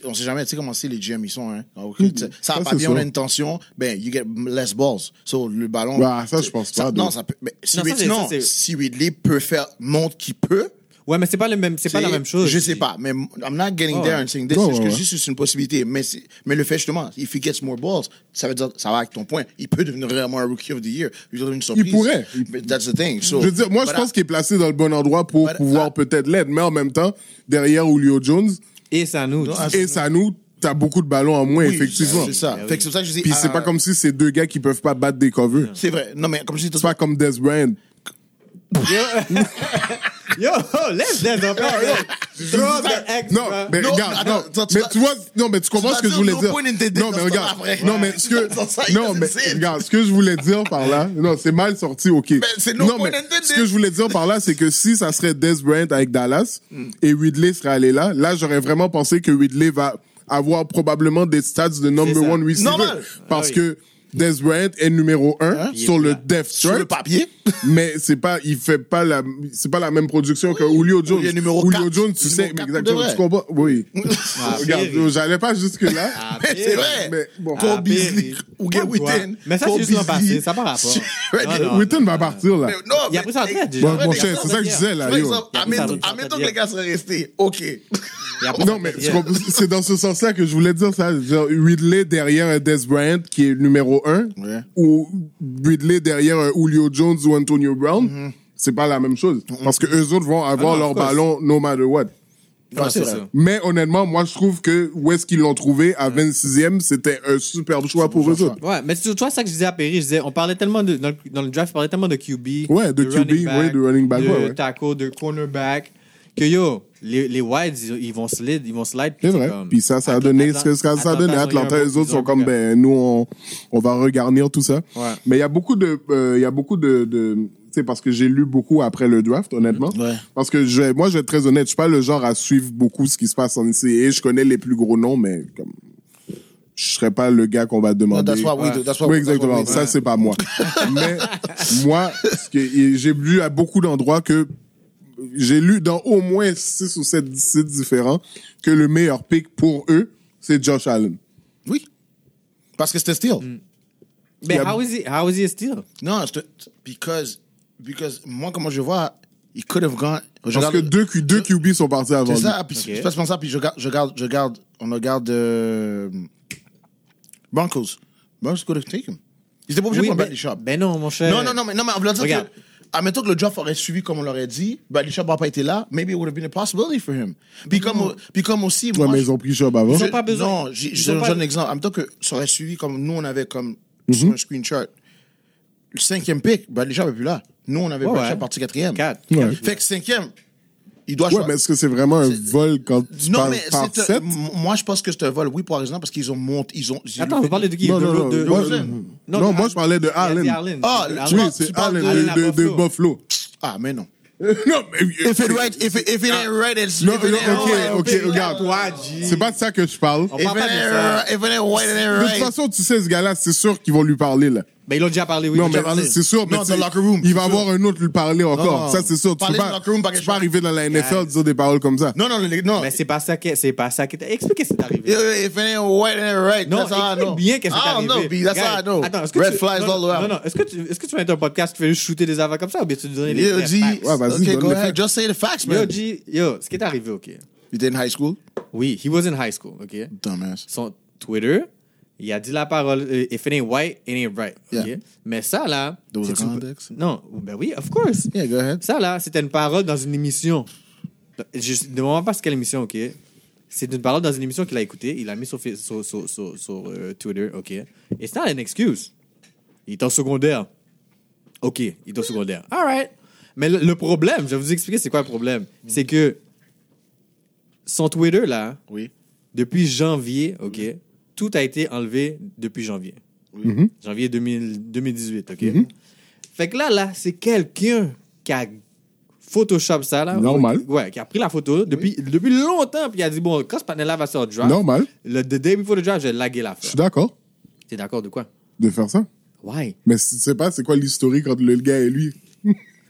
C: On sait jamais, tu sais comment c'est les GM, ils sont, hein. Donc, tu sais, Ça
A: Ça,
C: va pas
A: c'est
C: bien,
A: sûr.
C: on a une tension, ben, you get less balls. So, le ballon.
A: Bah, ça, je pense pas,
C: non,
A: donc.
C: ça peut. mais si
B: Non, ça,
C: Ridley-
B: c'est- ça,
C: non,
B: c'est-
C: si Ridley peut faire, montre qu'il peut.
B: Ouais, mais c'est pas le même, c'est pas la
C: sais,
B: même chose.
C: Je sais pas, mais I'm not getting
B: Ouais.
C: there and saying this.
A: Ouais, ouais,
C: c'est juste
A: ouais.
C: que juste c'est une possibilité. Mais, c'est- mais le fait justement, if he gets more balls, ça veut dire, ça va avec ton point. Il peut devenir réellement un rookie of the year. Il donne une surprise.
A: pourrait.
C: But that's the thing. So,
A: Je veux dire, moi, je
C: voilà.
A: pense qu'il est placé dans le bon endroit pour
C: Voilà.
A: pouvoir peut-être l'aider. Mais en même temps, derrière Julio Jones,
B: Et ça nous.
C: Non,
A: Et ça nous, t'as beaucoup de ballons en moins,
C: Oui,
A: effectivement.
C: C'est ça.
B: Ben oui.
C: Fait que c'est pour ça que je dis.
A: Puis c'est
C: ah,
A: pas comme si c'est deux gars qui peuvent pas battre des covers.
C: C'est vrai. Non, mais comme je dis,
A: C'est pas comme Des Bryant.
B: Yo, let's let's go. Throw the X,
A: Non,
B: bro.
A: mais
C: Non,
A: regarde,
C: mais
A: non,
C: attends, attends, tu
A: mais
C: vas-
A: tu vois, non, mais tu comprends
C: vas
A: ce que je
C: dire
A: voulais
C: no
A: dire.
C: point in the dick
A: Non, mais
C: dans ce
A: regarde,
C: temps-là, frère.
A: non, mais ce que,
C: Dans ça, il
A: non,
C: doesn't
A: mais
C: say it.
A: regarde, ce que je voulais dire par là, non, c'est mal sorti, ok.
C: Ben, c'est no
A: Non,
C: point
A: mais
C: in the
A: ce
C: dick.
A: que je voulais dire par là, c'est que si ça serait Des Bryant avec Dallas
C: Hmm.
A: et Ridley serait allé là, là, j'aurais vraiment pensé que Ridley va avoir probablement des stats de number
B: ça.
A: one receiver.
C: Normal. Hein?
A: Parce
B: Ah oui.
A: que Des Bryant est numéro un sur le depth
C: sur le
A: chart.
C: papier.
A: mais c'est pas il fait pas la c'est pas la même production que Julio Jones
C: Julio numéro quatre.
A: Jones tu sais
C: Numéro quatre,
A: exactement
C: de vrai.
A: tu comprends oui
B: Ah,
A: regarde
B: Perry.
A: j'allais pas jusque là
B: Ah,
C: Mais c'est
B: Perry.
C: vrai.
A: mais bon
B: Ah,
C: Cole Beasley,
B: Perry.
C: ou Gabe
B: Comme quoi.
C: Witten,
B: Mais ça, c'est
C: Cole
B: juste l'an
C: Beasley.
B: passé, ça par rapport.
C: Ready.
B: Non, non.
A: Witten va partir là
C: Mais non,
B: Il a
C: mais-
B: pris sa retraite, déjà.
A: Bon,
C: Ouais,
A: mon
C: mais
A: cher
C: attends,
A: c'est ça que je disais
C: Par
A: là yo.
B: Il
C: exemple,
B: a pris sa
C: admettons
B: retraite
C: admettons que
B: hier.
C: les gars seraient restés. OK.
B: Il a pas
A: non
B: fait
A: mais
B: de
A: tu
B: deal.
A: comprends- c'est dans ce sens là que je voulais dire ça genre Ridley derrière un Des Bryant qui est numéro 1
C: Ouais.
A: ou Ridley derrière un Julio Jones ou Antonio Brown c'est pas la même chose parce que eux autres vont avoir
B: Ah non,
A: leur
B: of course.
A: ballon no matter what
B: Non, c'est
C: vrai.
B: ça.
A: Mais honnêtement, moi, je trouve que où est-ce qu'ils l'ont trouvé à 26e, c'était un superbe choix pour eux autres.
B: Ouais, mais tu tu vois ça que je disais à Perry, je disais, on parlait tellement de, dans le, dans le draft, on parlait tellement de QB.
A: Ouais, de QB,
B: running
A: ouais, de running back,
B: De
A: ouais, ouais.
B: tackle, de cornerback. Que yo, les, les wides, ils, ils vont slide, ils vont slide. puis
A: C'est vrai.
B: comme-
A: Puis ça, ça a
B: Atla-
A: donné
B: Atla-
A: ce que ça, ça a donné.
B: ils ont eu un
A: Atlanta,
B: bon-
A: les autres
B: ils ont eu
A: sont
B: un
A: comme,
B: bon gars.
A: ben, nous, on, on va regarnir tout ça.
B: Ouais.
A: Mais il y a beaucoup de, euh, il y a beaucoup de, de c'est parce que j'ai lu beaucoup après le draft, honnêtement.
C: Ouais.
A: Parce que je, vais- moi, je vais être très honnête, je suis pas le genre à suivre beaucoup ce qui se passe en NCAA. Je connais les plus gros noms, mais comme, je serais pas le gars qu'on va
C: Non,
A: demander.
C: that's what we
B: Ouais.
C: do. That's what
A: oui,
C: we- that's what
A: exactement.
C: we do.
A: Ça, c'est pas moi. Mais moi, ce que- et j'ai lu à beaucoup d'endroits que j'ai lu dans au moins six ou sept sites différents que le meilleur pick pour eux, c'est Josh Allen.
C: Oui. Parce que c'était still.
B: Mais
A: ben, Il y a-
B: how is he, how is he a steal?
C: Non, c'est because because moi comment je vois, il could have gone. Je
A: Parce
C: regarde-
A: que deux, Q- deux QB sont partis avant
C: C'est
A: lui.
C: ça, puis je passe ça, puis je regarde, je regarde, je regarde, on regarde euh, Broncos. Broncos could have taken. him. Ils étaient pas obligés de prendre
B: mais-
C: Bradley Shop.
B: Ben non, mon cher.
C: non, non, non, mais non, mais on veut dire
B: Regarde.
C: que. Admettons que le draft aurait suivi comme on l'aurait dit, Bradley Shop n'aurait pas été là, maybe it would have been a possibility for him. Puis comme, puis comme aussi,
A: Ouais,
C: moi,
A: mais
C: je-
A: ils ont pris Job avant.
B: Ils ont
C: je-
B: pas besoin.
C: Non, j'ai-
B: Ils
C: je
B: ont
C: donne
B: pas-
C: un exemple. En même temps que ça aurait suivi comme nous, on avait comme
A: Mhm.
C: sur un screenshot. Le cinquième ben, pick, Bradley Shop n'est plus là. Nous, on avait
B: Ouais,
C: Bradley
B: ouais.
C: Shop parti quatrième.
B: Quatre.
A: Ouais.
C: Fait que cinquième, il doit
A: Ouais,
C: choisir.
A: mais est-ce que c'est vraiment un vol quand tu
C: Non,
A: parles
C: mais
A: par
C: c'est un-
A: sept?
C: m- moi, je pense que c'est un vol, oui, pour exemple, parce qu'ils ont monté. Ils ont, ils
B: Attends,
C: ont-
B: vous parlez de qui?
A: Non,
B: De-
A: non, non.
B: de-
A: moi,
B: de-
A: je-
C: Rosen.
B: Non,
A: non,
B: de-
A: moi, je parlais de
B: Il y a- il y a
A: Allen.
C: Ah,
B: Allen.
A: Oui,
C: parles- tu
A: c'est
C: parles
A: Allen,
C: de-
A: de, de- de Buffalo.
C: Ah, mais non. Ah.
A: non, mais...
C: If it, right, if it, if it ain't right, it's.
A: Non,
C: if it
A: non,
B: Ah.
C: ain't
A: ok,
C: right, oh,
A: ok,
C: if it ain't
A: regarde. C'est pas de ça que je parle.
B: On parle pas de ça.
C: right, if it ain't right, it ain't
A: De toute
C: right.
A: façon, tu sais, ce gars-là, c'est sûr qu'ils vont lui parler, là.
B: Ben, ils l'ont déjà parlé, oui.
A: Non,
B: ils l'ont
A: mais
B: déjà parlé.
A: c'est sûr, mais
C: Non,
A: tu sais,
C: dans le locker room,
A: il va
C: c'est sûr.
A: avoir un autre lui parler encore.
C: non.
A: Ça, c'est sûr. Tu
C: Parler
A: peux
C: dans
A: pas-
C: le locker room, pas
A: tu
C: quelque
A: peux
C: chose.
A: arriver dans la NFL dire des paroles comme ça.
C: Non, non, les- non.
B: Mais c'est pas ça qui c'est pas ça qui Explique ce qui est arrivé.
C: If it ain't white, it ain't right.
B: Non,
C: that's how I
B: explique
C: know.
B: bien qu'est-ce qui est
C: I
B: arrivé.
C: don't know, Ah, B. That's
B: Regarde,
C: how I know.
B: Attends, est-ce que
C: Red
B: tu,
C: flags
B: non,
C: all
B: non,
C: around.
B: Non, non, est-ce que tu est-ce que tu vas être un podcast tu fais juste shooter des avants comme ça ou bien tu donnes les
C: Yo,
B: vrais
C: G.
B: facts?
A: Ouais, vas-y,
C: okay,
A: donne
C: go
A: les
C: ahead.
A: facts.
C: Just say the facts,
B: Yo,
C: man.
B: G, yo, ce qui est arrivé, OK.
C: You did in high school?
B: Oui, he was in high school, OK.
C: Dumbass.
B: Son Twitter, il a dit la parole euh, if it ain't white, it ain't right. OK.
C: Yeah.
B: Mais ça là,
C: Those
B: c'est
C: are
B: une-
C: context.
B: Non, ben oui, of course.
C: Yeah, go ahead.
B: Ça, là, c'était une parole dans une émission. Je ne demande pas ce quelle émission, OK? C'est une parole dans une émission qu'il a écoutée. Il l'a mis sur, fa- sur, sur, sur- sur, euh, Twitter, OK? It's not an excuse. Il est en secondaire. OK, il est au secondaire. All right. Mais le, le problème, je vais vous expliquer c'est quoi le problème. C'est que son Twitter, là,
C: Oui.
B: depuis janvier, OK? Tout a été enlevé depuis janvier.
A: Mhm.
B: Janvier 2000 2018, OK? Fait que là, là, c'est quelqu'un qui a Photoshop ça, là.
A: Normal.
B: Ouais, qui a pris la photo depuis, depuis longtemps, puis il a dit, bon, quand ce panel-là va sortir draft,
A: Normal.
B: le the day before the draft, j'ai lagué la
A: Je suis d'accord
B: T'es d'accord de quoi?
A: de faire ça.
B: Why?
A: Mais si tu sais pas, c'est quoi l'historique entre le gars et lui?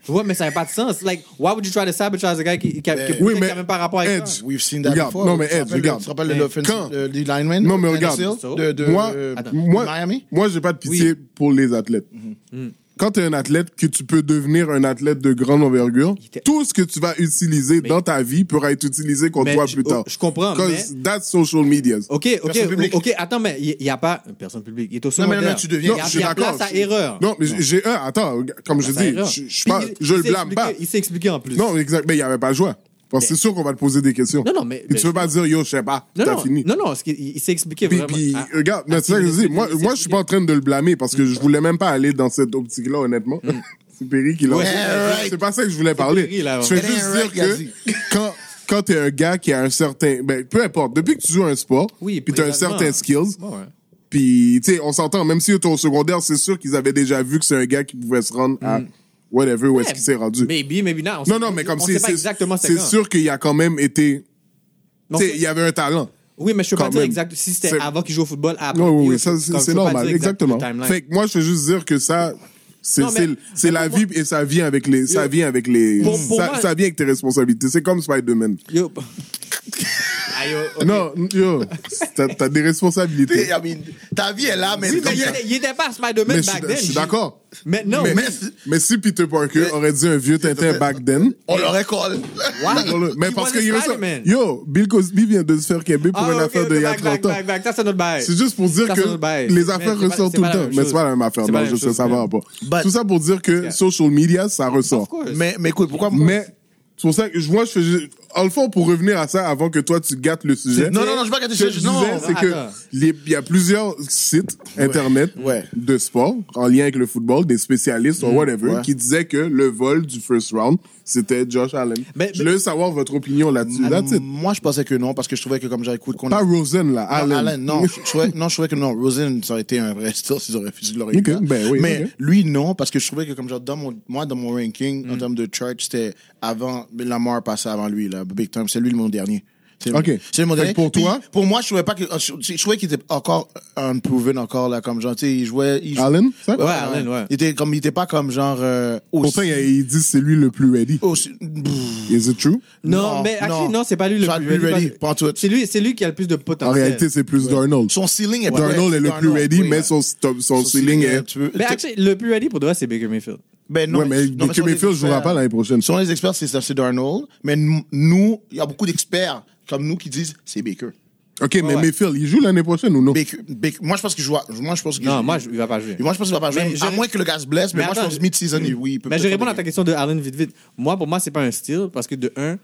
B: Ouais, mais ça n'a pas de sens. Like, why would you try to sabotage a guy qui, qui, a- qui,
A: Oui,
B: qui
A: mais
B: a même pas rapport avec
A: Edge.
B: ça?
C: Ah. We've seen that
A: Regarde,
C: before.
A: non, mais
C: Tu te
A: Ed,
C: rappelles-
A: regarde.
C: Tu te rappelles de
B: Mais
C: l'offensive
A: quand-
C: euh, du lineman?
A: Non, mais regarde.
C: NSL, De, de,
A: moi,
C: euh,
B: Attends.
A: moi,
C: Miami?
A: moi, j'ai pas de pitié pour les athlètes.
C: Mm-hmm.
A: Quand tu es un athlète, que tu peux devenir un athlète de grande envergure,
B: était-
A: tout ce que tu vas utiliser dans ta vie pourra être utilisé contre
B: Mais
A: toi
B: je-
A: plus tard.
B: oh, je comprends,
A: Cause that's social media.
C: Oh,
B: OK, OK,
C: Personne publique.
B: OK, attends, mais il n'y a pas... Personne publique. Il est au
C: Non, mais
B: secondaire.
C: là, tu deviens-
B: Il y a-
A: je suis
B: il y a place
A: d'accord.
B: à erreur.
A: Non, mais j'ai un, attends, comme je
B: Ça
A: dis,
B: ira.
A: je, je, suis
B: Puis
A: pas-
B: il-
A: je
B: il
A: le
B: s'est
A: blâme
B: expliqué-
A: pas.
B: Il s'est expliqué en plus.
A: Non, exact, mais il n'y avait pas le choix. Parce que
B: Mais-
A: c'est sûr qu'on va te poser des questions.
B: Non, non, mais-
A: Et tu peux pas dire, yo, je sais pas,
B: non,
A: t'as
B: non,
A: fini.
B: non, non, parce qu'il- il, il s'est expliqué
A: Puis,
B: vraiment.
A: puis,
B: Ah,
A: regarde,
B: ah,
A: mais c'est ça que je dis. Moi,
B: il s'est
A: moi, je suis pas en train de le blâmer parce que je voulais même pas aller dans cette optique-là, honnêtement. C'est Perry qui l'a.
B: Mm. Ouais,
A: C'est- C'est pas ça que je voulais
B: Perry,
A: parler.
B: là,
A: Je veux
C: ouais.
A: juste
C: It
A: dire
C: ain't right,
A: que quand, quand t'es un gars qui a un certain, ben, peu importe, depuis que tu joues à un sport,
B: Oui,
A: puis t'as un
B: présentement.
A: certain skills,
B: Ouais, ouais.
A: puis, tu sais, on s'entend, même si t'es au secondaire, c'est sûr qu'ils avaient déjà vu que c'est un gars qui pouvait se rendre à
B: Mm.
A: whatever, où est-ce qu'il s'est rendu.
B: Maybe, maybe not. On
A: Non,
B: sait-
A: non, mais comme
B: on
A: si
B: sait pas
A: c'est
B: exactement
A: c'est
B: quand.
A: sûr qu'il y a quand même été,
B: On
A: tu sais,
B: sait-
A: il y avait un talent.
B: Oui, mais je peux
A: quand
B: pas dire
A: même.
B: exact si c'était
A: C'est-
B: avant qu'il joue au football, après.
A: Non, oui,
B: Yo,
A: oui, ça,
B: comme
A: c'est
B: je
A: c'est
B: peux pas
A: normal,
B: dire
A: exactement.
B: le timeline.
A: Fait que moi, je veux juste dire que ça, c'est
B: Non, mais-
A: c'est- c'est
B: mais
A: la
B: pour
A: vie et ça vient avec les, ça
B: Yo.
A: vient avec les,
B: Pour- pour
A: ça,
B: moi-
A: ça vient avec tes responsabilités. C'est comme Spider-Man.
B: Yo. Ah, yo, ok.
A: Non, yo, t'as t'as des responsabilités.
C: I mean, ta vie est là, mais
B: Oui,
C: comme
B: mais il
C: ça.
B: était- il était pas Spider-Man
A: Mais je
B: back
A: suis-
B: then.
A: je suis
B: G.
A: d'accord.
B: Mais non,
A: mais,
B: mais.
A: mais si Peter Parker aurait dit un vieux Tintin back then,
C: on l'aurait call.
A: D'accord, mais
B: He
A: parce
B: wasn't
A: que
B: Spider-Man.
A: yo, Bill Cosby vient de se faire quimber pour
B: Ah,
A: une
B: ok,
A: affaire
B: ok,
A: de il y a
B: back,
A: 30
B: back,
A: ans.
B: back, back, Ça, c'est notre bail.
A: C'est juste pour dire
B: Ça, c'est notre
A: que
B: bail.
A: les
B: Mais
A: affaires
B: c'est pas-
A: ressortent
B: c'est
A: tout le
B: pas la
A: temps.
B: même
A: Mais
B: chose.
A: c'est pas la même affaire.
B: C'est pas
A: Non,
B: la
A: je
B: même
A: sais,
B: chose,
A: ça va
B: man.
A: pas.
C: But-
A: Tout ça pour dire que social media, ça ressort.
B: Of course.
C: Mais, mais écoute, pourquoi moi-
A: Mais c'est pour ça que je- moi, je fais. ju- En le fond, pour revenir à ça, avant que toi, tu gâtes le sujet.
C: Non, non, non, je vais pas gâter le
A: Ce que
C: sujet,
A: je
C: non.
A: disais, c'est que
B: Attends.
A: les- il y a plusieurs sites internet
C: Ouais. Mhm.
A: de sport en lien avec le football, des spécialistes ou whatever,
C: Ouais.
A: qui disaient que le vol du first round, c'était Josh Allen.
B: Mais-
A: je voulais savoir votre opinion
C: Mm.
A: là-dessus. That's it.
C: Euh, Moi, je pensais que non, parce que je trouvais que comme j'écoute qu'on
A: Pas Rosen, là, Allen.
C: Non, Allen, non, je, je trouvais, non, je trouvais que non. Rosen, ça aurait été un vrai style s'ils auraient refusé de le regarder.
A: Ok, ben oui,
C: Mais
A: ok.
C: lui, non, parce que je trouvais que, comme genre, dans mon, moi, dans mon ranking,
B: Mm.
C: en termes de chart, c'était avant, Lamar passait avant lui, là, Big Time. C'est lui le mon dernier. C'est
A: Ok.
C: C'est le mon
A: Fait que
C: dernier.
A: pour
C: Puis,
A: toi-
C: Pour moi, je trouvais pas que, je, je trouvais qu'il était encore unproven, encore, là, comme genre, tu sais, il jouait. Il,
A: Allen, ça?
B: Ouais, Allen, ouais.
C: Il était comme, il était pas comme genre, euh, aussi.
A: Pourtant, il y a- ils disent c'est lui le plus ready.
C: aussi-
A: Is it true?
B: Non, mais actually, non, c'est pas lui le
C: Pas
B: plus
C: ready,
B: ready.
C: pas en tout.
B: C'est lui, c'est lui qui a le plus de potentiel.
A: En réalité, c'est plus Darnold.
C: Son ceiling est
A: Darnold est le plus
C: Darnold,
A: ready,
C: oui,
A: mais
C: ouais.
A: son, son, son ceiling est.
C: tu veux-
B: Mais
C: tu-
B: actually, le plus ready pour toi, c'est Baker Mayfield.
C: Ben non,
A: Ouais, mais
C: non,
A: Baker
C: selon les
A: Mayfield jouera
C: experts-
A: pas l'année prochaine.
C: Selon les experts, c'est c'est Darnold. Mais nous- nous, il y a beaucoup d'experts comme nous qui disent c'est Baker.
A: OK, mais
B: ouais.
A: Mayfield, il joue l'année prochaine ou non?
C: Baker, Baker- Moi, je pense qu'il joue. à- Moi, je pense qu'il
B: Non,
C: joue-
B: moi, je- il va pas jouer.
C: Moi, je pense qu'il va pas jouer.
B: Mais je-
C: À moins que le gars se blesse, mais,
B: Mais
C: moi,
B: attends,
C: je pense mid-season, il- oui. il peut
B: Mais je
C: peut-être
B: réponds
C: pas
B: à ta
C: gagner.
B: question de Allen vite vite. Moi, pour moi, c'est pas un style parce que de un, t-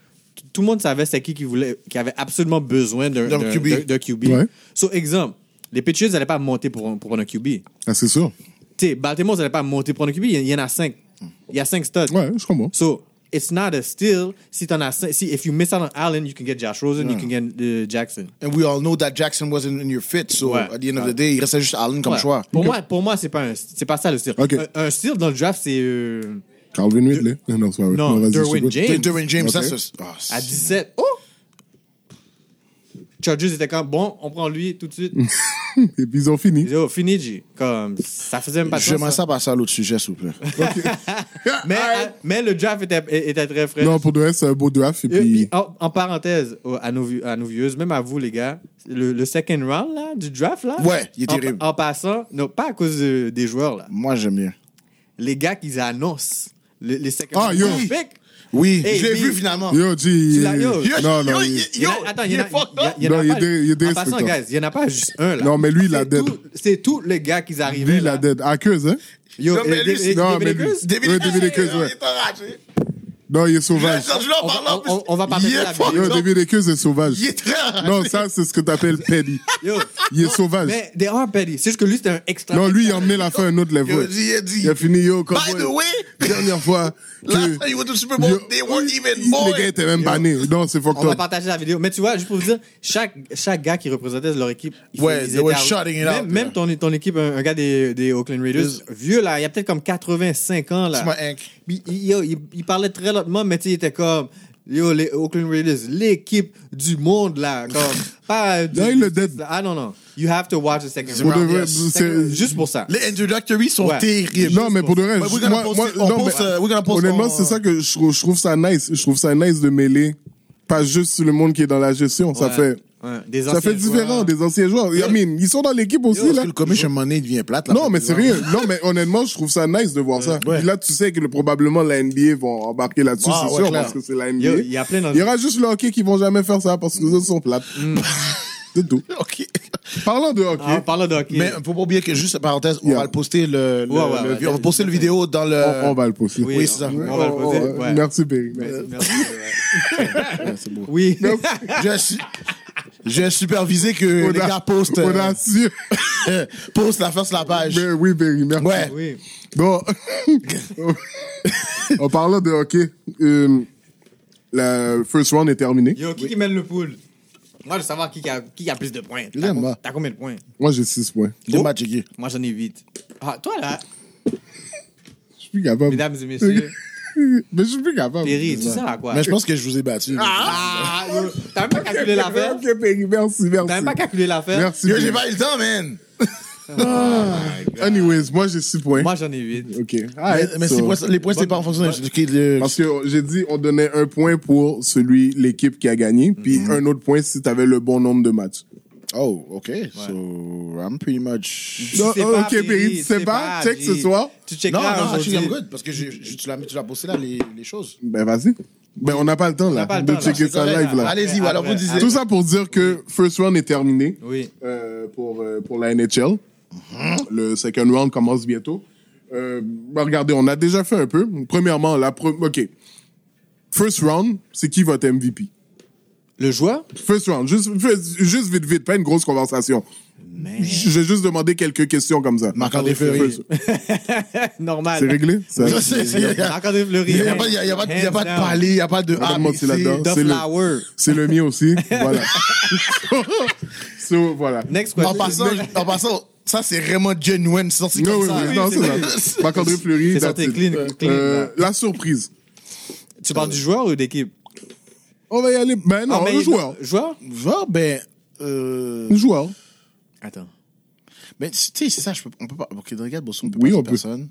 B: tout le monde savait c'est qui qui voulait, qui avait absolument besoin d'un
C: D'un
B: d'un-
C: QB.
B: d'un- d'un QB.
A: Ouais.
B: So, exemple, les Patriots n'allaient pas monter pour, un- pour prendre un QB.
A: Ah, c'est sûr.
B: T'sais, Baltimore n'allait pas monter pour prendre un QB. Il y, en- il y en a cinq. Il y a cinq studs.
A: Ouais, je comprends.
B: So, it's not a steal si t'en as cinq. Si, if you miss out on Allen, you can get Josh Rosen, you can get euh, Jackson.
C: And we all know that Jackson wasn't in your fit, so
B: Ouais.
C: at the end of the day, il restait juste Allen comme
B: Ouais.
C: choix.
B: Pour moi, pour moi, c'est pas un, c'est pas ça le style.
A: Ok.
B: Un, un style dans le draft, c'est euh,
A: Calvin Ridley? Non, non, c'est pas vrai.
B: non,
A: vas-y, je
B: Derwin
A: t'écoute.
B: James.
C: T'es Derwin James,
A: Ok.
C: ça, c'est. ah, c'est-
B: à 17. Oh! Chargers était comme, bon, on prend lui tout de suite.
A: Et puis ils ont fini.
B: Yo, fini, G. Comme, ça faisait même pas de
C: J'aimerais
B: sens,
C: ça passer à l'autre sujet, s'il vous plaît.
B: Mais, mais le draft était, était très frais.
A: Non, pour de vrai, c'est un beau draft. Et
B: Et puis,
A: puis,
B: en, en parenthèse, au- à nos, vi- à nos vieuses, même à vous, les gars, le, le second round là, du draft, là,
C: Ouais, il est
B: en-
C: terrible.
B: En, passant, non, pas à cause de- des joueurs, là.
C: Moi, j'aime bien.
B: les gars qu'ils annoncent, le- les second
A: Ah, yo.
B: round pick,
C: Oui,
B: Hey,
C: je l'ai
B: puis-
C: vu finalement.
A: yo, G.
B: l'as- yo.
A: il- Non, non. il-
B: Il y en a- attends, il y en a- il y a- il y en
A: Non,
B: a
A: il est
B: pas-
A: dé- il est
B: En passant,
A: désrespectant.
B: guys, il n'y en a pas juste un, là.
A: Non, mais lui, il a
B: C'est
A: dead.
B: tout- C'est tous les gars qu'ils
A: Lui,
B: arrivaient.
A: la dead. Accuse, hein?
B: Yo,
C: Non,
B: et-
C: mais
B: et-
C: lui,
B: et-
C: c'est-
A: non,
B: David
A: mais lui-
B: Eggers?
A: Ouais, David Eckes, ouais. Non, il est sauvage.
B: On va- on- on va pas
C: parler
B: mettre la
A: Yo, David Accuse est sauvage.
C: Il est très rare.
A: Non, ça, c'est ce que t'appelles petty.
B: Yo.
A: Il est sauvage.
B: Mais they are petty. C'est juste que lui, c'était un extra.
A: Non, lui, il a emmené la fin à un autre level.
C: Il a dit-
A: Il a fini, yo, comme
C: By the way,
A: dernière fois.
C: last
A: que-
C: time you went to the Super Bowl,
A: Yo,
C: they weren't even
A: Les gars
C: born.
A: étaient même bannés. Non, c'est
B: On
A: fucked
B: va
A: up.
B: partager la vidéo. Mais tu vois, juste pour vous dire, chaque, chaque gars qui représentait leur équipe, il
C: Ouais, they were shutting it
B: même,
C: out,
B: Même
C: là.
B: ton, ton équipe, un, un gars des, des Oakland Raiders, vieux là, il y a peut-être comme 85 ans là.
C: It's my Hank.
B: Puis, il, yo, il- il parlait très lentement, mais tu sais, il était comme. Yo, les Oakland Raiders, l'équipe du monde, là. Comme, pas. euh, du-
A: Là, il le dead.
B: Ah non, non. You have to watch the second
A: Pour de
B: round.
A: vrai,
C: Yes.
A: c'est-
B: Juste pour ça.
C: Les introductories sont
B: Ouais.
C: terribles.
A: Non, mais pour de vrai,
C: But we're gonna
A: moi-
C: post
A: moi-
C: it- on
A: non,
C: post,
A: mais-
C: euh, we're gonna post
A: Honnêtement,
C: on-
A: c'est ça que je trouve, je trouve ça nice. Je trouve ça nice de mêler pas juste le monde qui est dans la gestion. Ça
B: Ouais.
A: fait,
B: Ouais. Des
A: ça fait
B: anciens joueurs.
A: différent des anciens joueurs. I mean, ils sont dans l'équipe aussi,
C: Parce
A: là.
C: que le commission money devient plate. là.
A: Non, mais sérieux. Non, mais honnêtement, je trouve ça nice de voir ça.
C: Ouais.
A: Puis là, tu sais que le- probablement la NBA vont embarquer là-dessus,
C: Ah,
A: c'est
C: ouais,
A: sûr,
C: clair.
A: parce que c'est la
B: Yo,
A: NBA.
B: il y a plein
A: Il y
B: d'enjeux.
A: aura juste le hockey qui vont jamais faire ça parce que les autres sont plates.
C: Mm.
A: C'est tout.
C: OK.
A: Parlant de hockey,
B: Ah, en parlant de hockey.
C: Mais faut pas oublier que juste parenthèse, on
A: Yeah.
C: va le poster le, le-
B: Ouais, ouais,
C: le-
B: ouais.
C: on va poster le vidéo dans le
A: on, on va le poster.
C: oui, c'est ça.
B: on-
C: Ouais,
B: On va le
A: Oh,
B: poser.
A: oh,
B: Ouais.
A: Merci, Perry.
B: Merci, merci, ouais. Oui.
C: J'ai su- j'ai supervisé que les
A: Auda-
C: gars postent euh,
A: Audacieux.
C: postent l'affaire sur la page.
A: Mais oui, Perry, merci.
C: Ouais.
B: Oui.
A: Bon. en parlant de hockey, euh, la first round est terminée.
B: Yo, qui qui mène le pool? Moi, je veux savoir qui qui a, qui a plus de points. T'as
C: Julien,
B: com-
C: moi.
B: T'as combien de points?
A: Moi, j'ai 6 points.
C: Les matchs checkés.
A: Oh.
B: Moi, j'en ai 8. Ah, toi, là,
A: Je suis plus capable.
B: mesdames et messieurs,
A: Mais je suis plus capable.
B: Perry, tu sers à quoi?
C: Mais je pense que je vous ai battu.
B: Ah, yo, t'as même pas calculé l'affaire?
A: Ok, Perry, merci,
B: T'as
A: merci.
B: même pas calculé l'affaire?
A: Merci.
C: Yo,
A: Perry.
C: j'ai pas eu le temps, man.
A: Anyways, moi, j'ai 6 points.
B: Moi, Ah, j'en ai 8.
A: Ok.
C: Mais,
A: Alright,
C: mais
A: Ah, so-
C: c'est quoi ça? les points, c'est pas en fonction de de- de-
A: Parce que j'ai dit, on donnait un point pour celui, l'équipe qui a gagné, puis un autre point si t'avais le bon nombre de matchs.
C: Oh, OK. So, I'm pretty much...
A: Non, oh, ok, Perry, tu sais pas, check ce soir.
B: Tu
C: Non,
B: checkeras
C: non,
B: aujourd'hui.
C: actually, I'm good. Parce que j'ai- j'ai- tu l'as mis- tu l'as posté là, les, les choses.
A: Ben, vas-y. Ben, on n'a pas le temps, là,
B: pas le
A: de
B: temps, là.
A: checker
B: C'est
A: ça
C: correct,
A: live, là.
C: Allez-y, ou
B: Après,
C: alors vous disiez...
A: Tout ça pour dire que First Round est terminé
B: Oui.
A: euh, pour, euh, pour la NHL. Le second round commence bientôt. Euh, bah, regardez, on a déjà fait un peu. Premièrement, la pre- OK. First round, c'est qui votre MVP?
B: Le joueur?
A: First round, juste, first- juste vite, vite, pas une grosse conversation.
B: Man.
A: Je je vais juste demander quelques questions comme ça.
C: Marc-André Fleury.
A: First-
B: Normal.
A: C'est réglé? Ça-
C: Ça, c'est- c'est- Ben, y a-
B: Marc-André Fleury.
C: Il n'y a pas il y a- il y a pas de il y a pas de parler, il n'y a pas de...
A: pas de mentir là-dedans.
B: The
A: C'est le-
B: Flower.
A: C'est le mien aussi. Voilà. so, voilà.
B: Next
C: En
B: question.
C: passant, en passant, ça c'est vraiment genuine, c'est sorti comme
A: oui,
C: ça.
A: oui, non,
B: Oui,
A: c'est
B: c'est-
A: ça. Marc-André Fleury.
B: C'est
A: that's
B: sorti
A: it.
B: clean, clean,
A: Euh,
B: là.
A: la surprise.
B: Tu parles du joueur ou d'équipe?
A: On va y aller. Ben non,
B: Ah, mais-
A: le joueur.
B: Joueur?
C: Va, ben, euh,
A: Le joueur.
B: Attends.
C: ben, tu sais, c'est ça, je peux, on peut pas, ok, regarde, Bosson, on peut
A: Oui,
C: pas
A: on
C: dire
A: peut.
C: personne.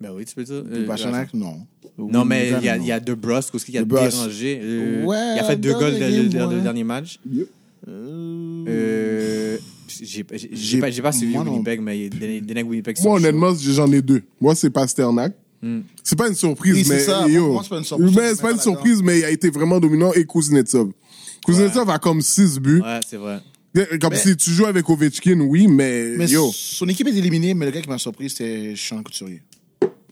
B: Ben oui, tu peux dire. euh,
C: Pachanak, non.
B: Non, mais il y a,
C: non.
B: il y a DeBrusque aussi qui a
C: DeBrusque.
B: dérangé. Euh,
C: Ouais,
B: il a fait deux
C: dans
B: goals
C: le
B: le,
C: game,
B: le- le
C: ouais.
B: dernier match. Euh, j'ai j'ai- j'ai
C: J'ai-
B: pas, j'ai pas suivi
C: moi non
B: Winnipeg, mais Deneg
A: Moi,
B: Winnipeg. sont chauds.
A: honnêtement, j'en ai deux. Moi, c'est Pasternak. C'est pas une surprise,
C: Oui, c'est
A: mais.
C: ça.
A: yo.
C: Pour moi, c'est pas une surprise.
A: Mais c'est pas une
C: D'accord.
A: surprise, mais il a été vraiment dominant. Et Kuznetsov. Kuznetsov a comme 6 buts.
B: Ouais, c'est vrai.
A: Comme
C: Mais-
A: si tu joues avec Ovechkin, oui, mais,
C: Mais
A: yo.
C: son équipe est éliminée, mais le gars qui m'a surpris, c'est Sean Couturier.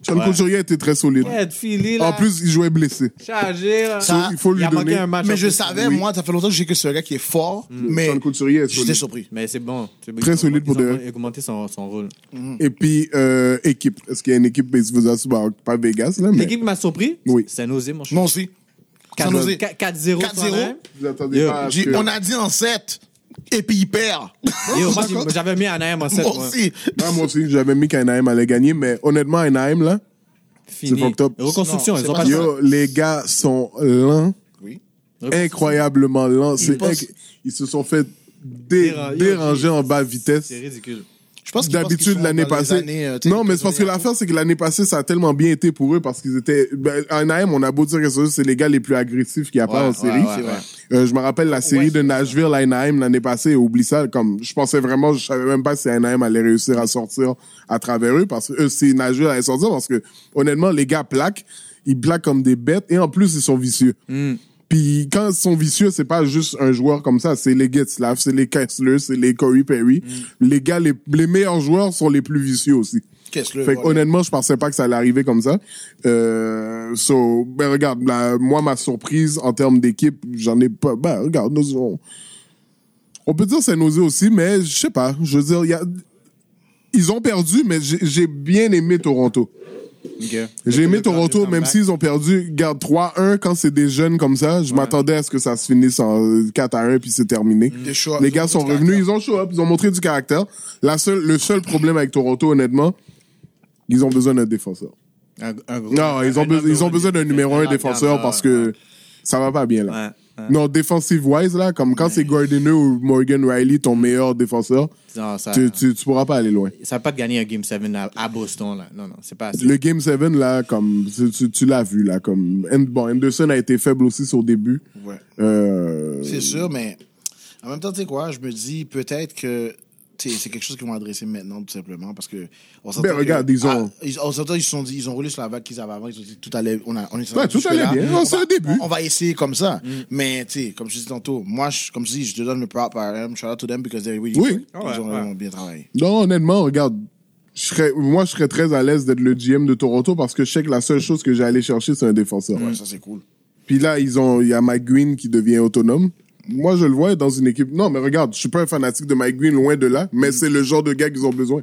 A: Sean
B: Ouais.
A: Couturier était très solide.
B: Ed Philly, là,
A: En plus, il jouait blessé.
B: chargé. Là.
C: Ça,
A: il faut lui
B: il a manqué
A: donner.
B: un match. en
C: Mais je
B: plus.
C: savais,
A: oui.
C: moi, ça fait longtemps que j'ai que ce gars qui est fort, mais
A: Sean Couturier est
C: j'étais
A: solide.
C: surpris.
B: Mais c'est bon. C'est-
A: Très
B: ils ont-
A: solide pour
B: ils ont
A: des-
B: augmenté son, son rôle.
A: Et puis, euh, équipe. Est-ce qu'il y a une équipe, mais vous assure, bah, pas Vegas, là, mais.
B: L'équipe qui m'a surpris,
A: Oui.
B: c'est nausé, mon chien.
C: Moi aussi. San Jose.
B: 4-0.
C: 4-0.
B: 4-0.
A: Vous attendez
B: Yo,
A: pas à ce
C: J'ai-
A: que-
C: On a dit en 7, et puis il perd.
B: Moi, j'ai- j'avais mis Anaheim en 7.
C: Moi aussi.
A: Ah, moi aussi, j'avais mis qu'Anaheim allait gagner, mais honnêtement, Anaheim, là,
B: Fini.
A: fucked up.
B: Reconstruction,
C: Non,
B: ils
C: c'est
B: ont
C: pas
B: pas
C: Ah, ça.
B: joué.
A: yo, les gars sont lents,
C: Oui.
A: incroyablement lents. C'est
C: pensent-
A: inc- Ils se sont fait dé-
B: Déra- yo,
A: dérangé en bas vitesse.
B: C'est ridicule.
C: Je pense qu'ils pensent qu'ils
A: D'habitude,
C: sont
A: l'année
C: dans les
A: passée.
C: années, euh, tu sais,
A: non, mais c'est parce que l'affaire, c'est que l'année passée, ça a tellement bien été pour eux parce qu'ils étaient. Ben, en AM, on a beau dire que c'est eux, c'est les gars les plus agressifs qu'il y a pas en série.
B: ouais, ouais.
A: Euh, je me rappelle la série de Nashville à Anaheim l'année passée, oublie ça, comme je pensais vraiment, je savais même pas si Anaheim allait réussir à sortir à travers eux, parce que eux, si Nashville allait sortir, parce que honnêtement, les gars plaquent, ils plaquent comme des bêtes, et en plus, ils sont vicieux.
B: Hmm.
A: Puis quand ils sont vicieux, c'est pas juste un joueur comme ça, c'est les Getzlaff, c'est les Kessler, c'est les Corey Perry.
B: Hmm.
A: Les gars, les, les meilleurs joueurs sont les plus vicieux aussi.
C: Kessler,
A: Fait que,
C: voilà.
A: honnêtement, je pensais pas que ça allait arriver comme ça. Euh, so, ben regarde, la- moi ma surprise en termes d'équipe, j'en ai pas. Ben regarde, nous on, on peut dire c'est nausé aussi, mais je sais pas. Je veux dire, il y a- ils ont perdu, mais j'ai j'ai bien aimé Toronto. J'ai aimé Toronto, même s'ils ont perdu. Garde 3-1 quand c'est des jeunes comme ça. Je m'attendais à ce que ça se finisse en euh, 4-1 puis c'est terminé.
C: Des show-
A: Les
C: ils
A: gars
C: ont
A: sont
C: montré du
A: revenus, ils ont show up, ils ont montré du caractère. La seule, le seul problème avec Toronto, honnêtement, ils ont besoin d'un défenseur.
B: Un, un gros.
A: Non, ils ont,
B: un
A: be-
B: homme
A: ils ont besoin d'un numéro un
B: caractère,
A: défenseur
B: ouais,
A: parce que ça va pas bien là.
B: Ouais, ouais.
A: Non, defensive wise là, comme quand c'est Gardiner ou Morgan Riley ton meilleur défenseur,
B: Non, ça.
A: tu, tu, tu pourras pas aller loin.
B: Ça va pas de gagner un Game 7 à, à Boston, là. Non, non, c'est pas assez.
A: Le Game 7, là, comme tu, tu- tu l'as vu, là, comme. And- bon, Anderson a été faible aussi sur le début.
C: Ouais.
A: Euh,
C: C'est sûr, mais en même temps, tu sais quoi, je me dis peut-être que tu sais, c'est quelque chose qu'ils vont adresser maintenant, tout simplement, parce que. On s'entend
A: Ben,
C: que-
A: regarde, ils ont-
C: Ah, ils, on s'entend, ils se sont dit, ils ont roulé sur la vague qu'ils avaient avant, ils ont dit, tout allait. On a, on est
A: Ouais, tout
C: jusque-là,
A: allait bien.
C: on
A: C'est
C: va-
A: un début.
C: On, on va essayer comme ça.
B: Mm.
C: Mais, tu sais, comme je dis tantôt, moi, je, comme je dis, je te donne le prop à them, shout out to them, because they really.
A: Oui. Mm.
C: good. Ils
B: Ah ouais,
C: ont
B: ouais.
C: vraiment bien travaillé.
A: Non, honnêtement, regarde. Je serais, moi, je serais très à l'aise d'être le GM de Toronto parce que je sais que la seule chose que j'ai à aller chercher, c'est un défenseur.
C: Ouais, ça, c'est cool.
A: Puis là, ils ont, il y a Mike Green qui devient autonome. Moi, je le vois dans une équipe. Non, mais regarde, je suis pas un fanatique de Mike Green, loin de là, mais c'est le genre de gars qu'ils ont besoin.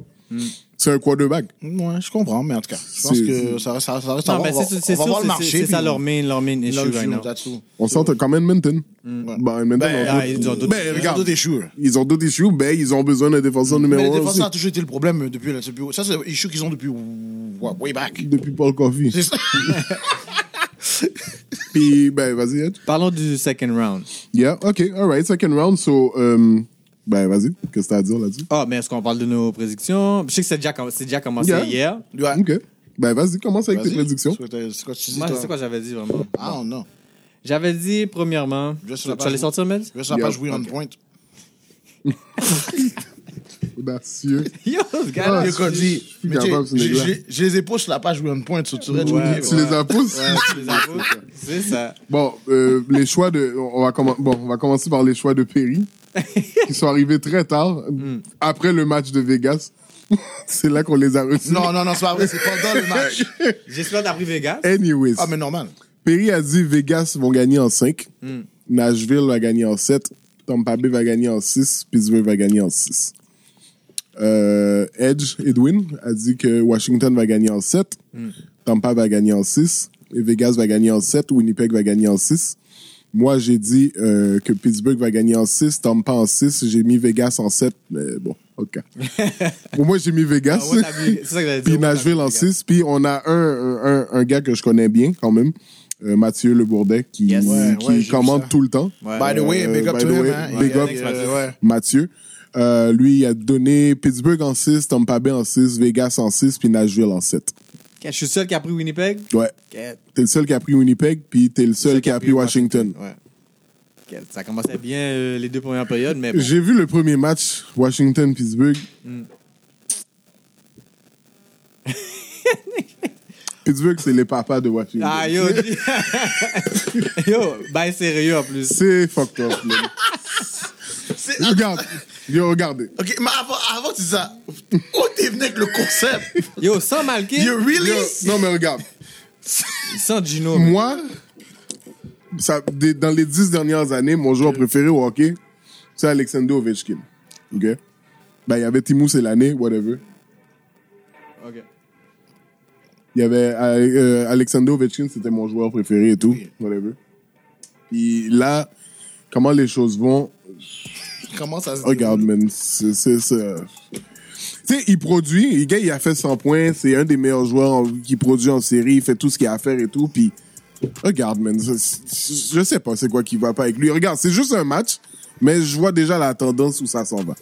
A: C'est un quarterback.
C: Ouais, je comprends, mais en tout cas, je pense
A: C'est-
C: que ça reste, ça reste- ça reste à
B: Non,
C: voir.
B: mais
C: On va-
B: c'est
C: on
B: c'est
C: va voir
B: sûr,
C: le
B: c'est-
C: marché.
B: c'est ça
C: puis-
B: leur main, leur main issue
C: Leur
B: right
C: joue,
B: now.
C: that's all.
A: On sent quand même Minton. Ben, Minton,
C: Ben,
A: on
B: Ah,
A: peut-
B: ils ont d'autres-
A: Ben,
C: Ils ont
A: regarde.
C: d'autres issues, là.
A: Ils ont d'autres issues, mais ils ont besoin d'un défenseur numéro
C: Mais les
A: un aussi.
C: défenseurs a toujours été le problème euh, depuis. là, depuis- ça, c'est l'issue qu'ils ont depuis wa- way back.
A: Depuis Paul Coffey.
C: C'est ça.
A: Puis, ben, vas-y, Ed.
B: Parlons du second round.
A: Yeah, OK, all right, second round. So, euh, ben, vas-y, qu'est-ce que t'as à dire là-dessus?
B: Ah, mais est-ce qu'on parle de nos prédictions? Je sais que c'est déjà, comm- c'est déjà commencé
A: Yeah.
B: hier.
C: Ouais.
A: OK. Ben, vas-y, commence avec
C: Vas-y.
A: tes prédictions.
C: C'est quoi t'as- c'est quoi tu dis,
B: Moi,
C: toi?
B: c'est quoi j'avais dit vraiment?
C: Ah non, non.
B: J'avais dit, premièrement.
C: Je
B: Tu
C: sais pas,
B: vas les
C: je-
B: sortir, Mel?
C: Je sais
A: Yeah.
C: pas jouer on point.
A: Audacieux.
B: Yo, ce gars-là!
A: Ah,
C: Le gars dit,
A: suis
C: mais tu sais,
A: capable, ce
C: j'ai-
A: nègre-là.
C: j'ai- j'ai les épaules sur la page jouer on point. Tu tu devrais
B: Ouais.
C: jouer.
A: Tu les as poussés?
B: Ouais, je les avoue. C'est ça.
A: Bon, euh, les choix de. On va, commen- bon, on va commencer par les choix de Perry, qui sont arrivés très tard,
C: Hmm.
A: après le match de Vegas. c'est là qu'on les a reçus.
C: Non, non, non, c'est pas vrai. C'est pendant le match.
B: J'espère d'après Vegas.
A: Anyways.
C: Ah, mais normal.
A: Perry a dit Vegas vont gagner en 5. Nashville va gagner en 7. Tampa Bay va gagner en 6. Pittsburgh va gagner en 6. Euh, Edge, Edwin, a dit que Washington va gagner en 7. Tampa va gagner en 6. Et Vegas va gagner en 7. Winnipeg va gagner en 6. Moi, j'ai dit euh, que Pittsburgh va gagner en 6, Tampa en 6. J'ai mis Vegas en 7. Mais bon, OK. Pour moi, j'ai mis Vegas.
B: Ah, ouais, t'as vu- C'est ça que j'avais dit.
A: Puis Nashville en 6. Puis on a un, un, un gars que je connais bien quand même, euh, Mathieu Lebourdet, qui,
B: Yes.
C: Ouais,
A: qui
C: ouais, j'ai vu
A: commente
C: ça.
A: tout le temps.
C: By the way,
A: Euh,
C: big up
A: by
C: to
A: the
C: him.
A: way,
C: hein.
A: big
C: Yeah,
A: up.
C: yeah, yeah, ouais.
A: Mathieu. Euh, lui, il a donné Pittsburgh en 6, Tampa Bay en 6, Vegas en 6, puis Nashville en 7.
B: Je suis seul qui a pris Winnipeg.
A: Ouais.
B: Quel-
A: T'es le seul qui a pris Winnipeg, puis t'es le seul qui a pris Washington.
B: Ouais. Quel- Ça commençait bien euh, les deux premières périodes, mais bon.
A: J'ai vu le premier match, Washington-Pittsburgh.
C: Mm.
A: Pittsburgh, c'est les papas de Washington.
B: Ah, yo, dis- yo, ben sérieux en plus.
A: C'est fucked up, man.
C: C'est-
A: Regarde, yo, regardez.
C: Ok, mais avant, avant tu dis ça, où t'es venu avec le concept?
B: Yo, sans Malkin,
C: You really?
A: Yo, non, mais regarde.
B: sans Gino. man.
A: Moi, ça, des- dans les dix dernières années, mon joueur préféré au hockey, c'est Alexander Ovechkin. OK? Ben, il y avait Timou l'année, whatever.
B: Ok.
A: Il y avait euh, euh, Alexander Ovechkin, c'était mon joueur préféré et tout, whatever. Puis là, comment les choses vont,
C: Comment ça se
A: Regarde,
B: Mhm.
A: man, c'est c'est ça. Tu sais, il produit, le gars, il a fait 100 points, c'est un des meilleurs joueurs en- qui produit en série, il fait tout ce qu'il a à faire et tout, puis regarde, man, c'est- c'est- je sais pas c'est quoi qui va pas avec lui. Regarde, c'est juste un match, Mais je vois déjà la tendance où ça s'en va.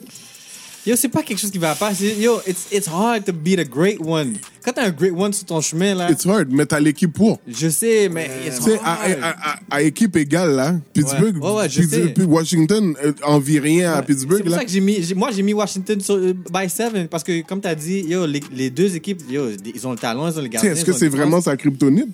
B: Yo, c'est pas quelque chose qui va passer. Yo, it's, it's hard to beat a great one. Quand t'as un great one sur ton chemin, là,
A: It's hard, mais t'as l'équipe pour.
B: je sais, mais it's
A: Tu sais,
B: hard.
A: à, à- à- à équipe égale, là, Pittsburgh,
B: Ouais, ouais, je
A: Pitts-
B: sais.
A: puis Washington euh, envie rien à
B: C'est
A: Pittsburgh,
B: pour
A: là.
B: ça que j'ai mis, j'ai- moi j'ai mis Washington sur, euh, by 7 parce que comme tu as dit, yo, les, les deux équipes, yo, ils ont le talent, ils ont
A: Tu sais,
B: le gardien.
A: Est-ce
B: ils
A: que
B: ont
A: c'est
B: une
A: vraiment
B: force.
A: sa kryptonite?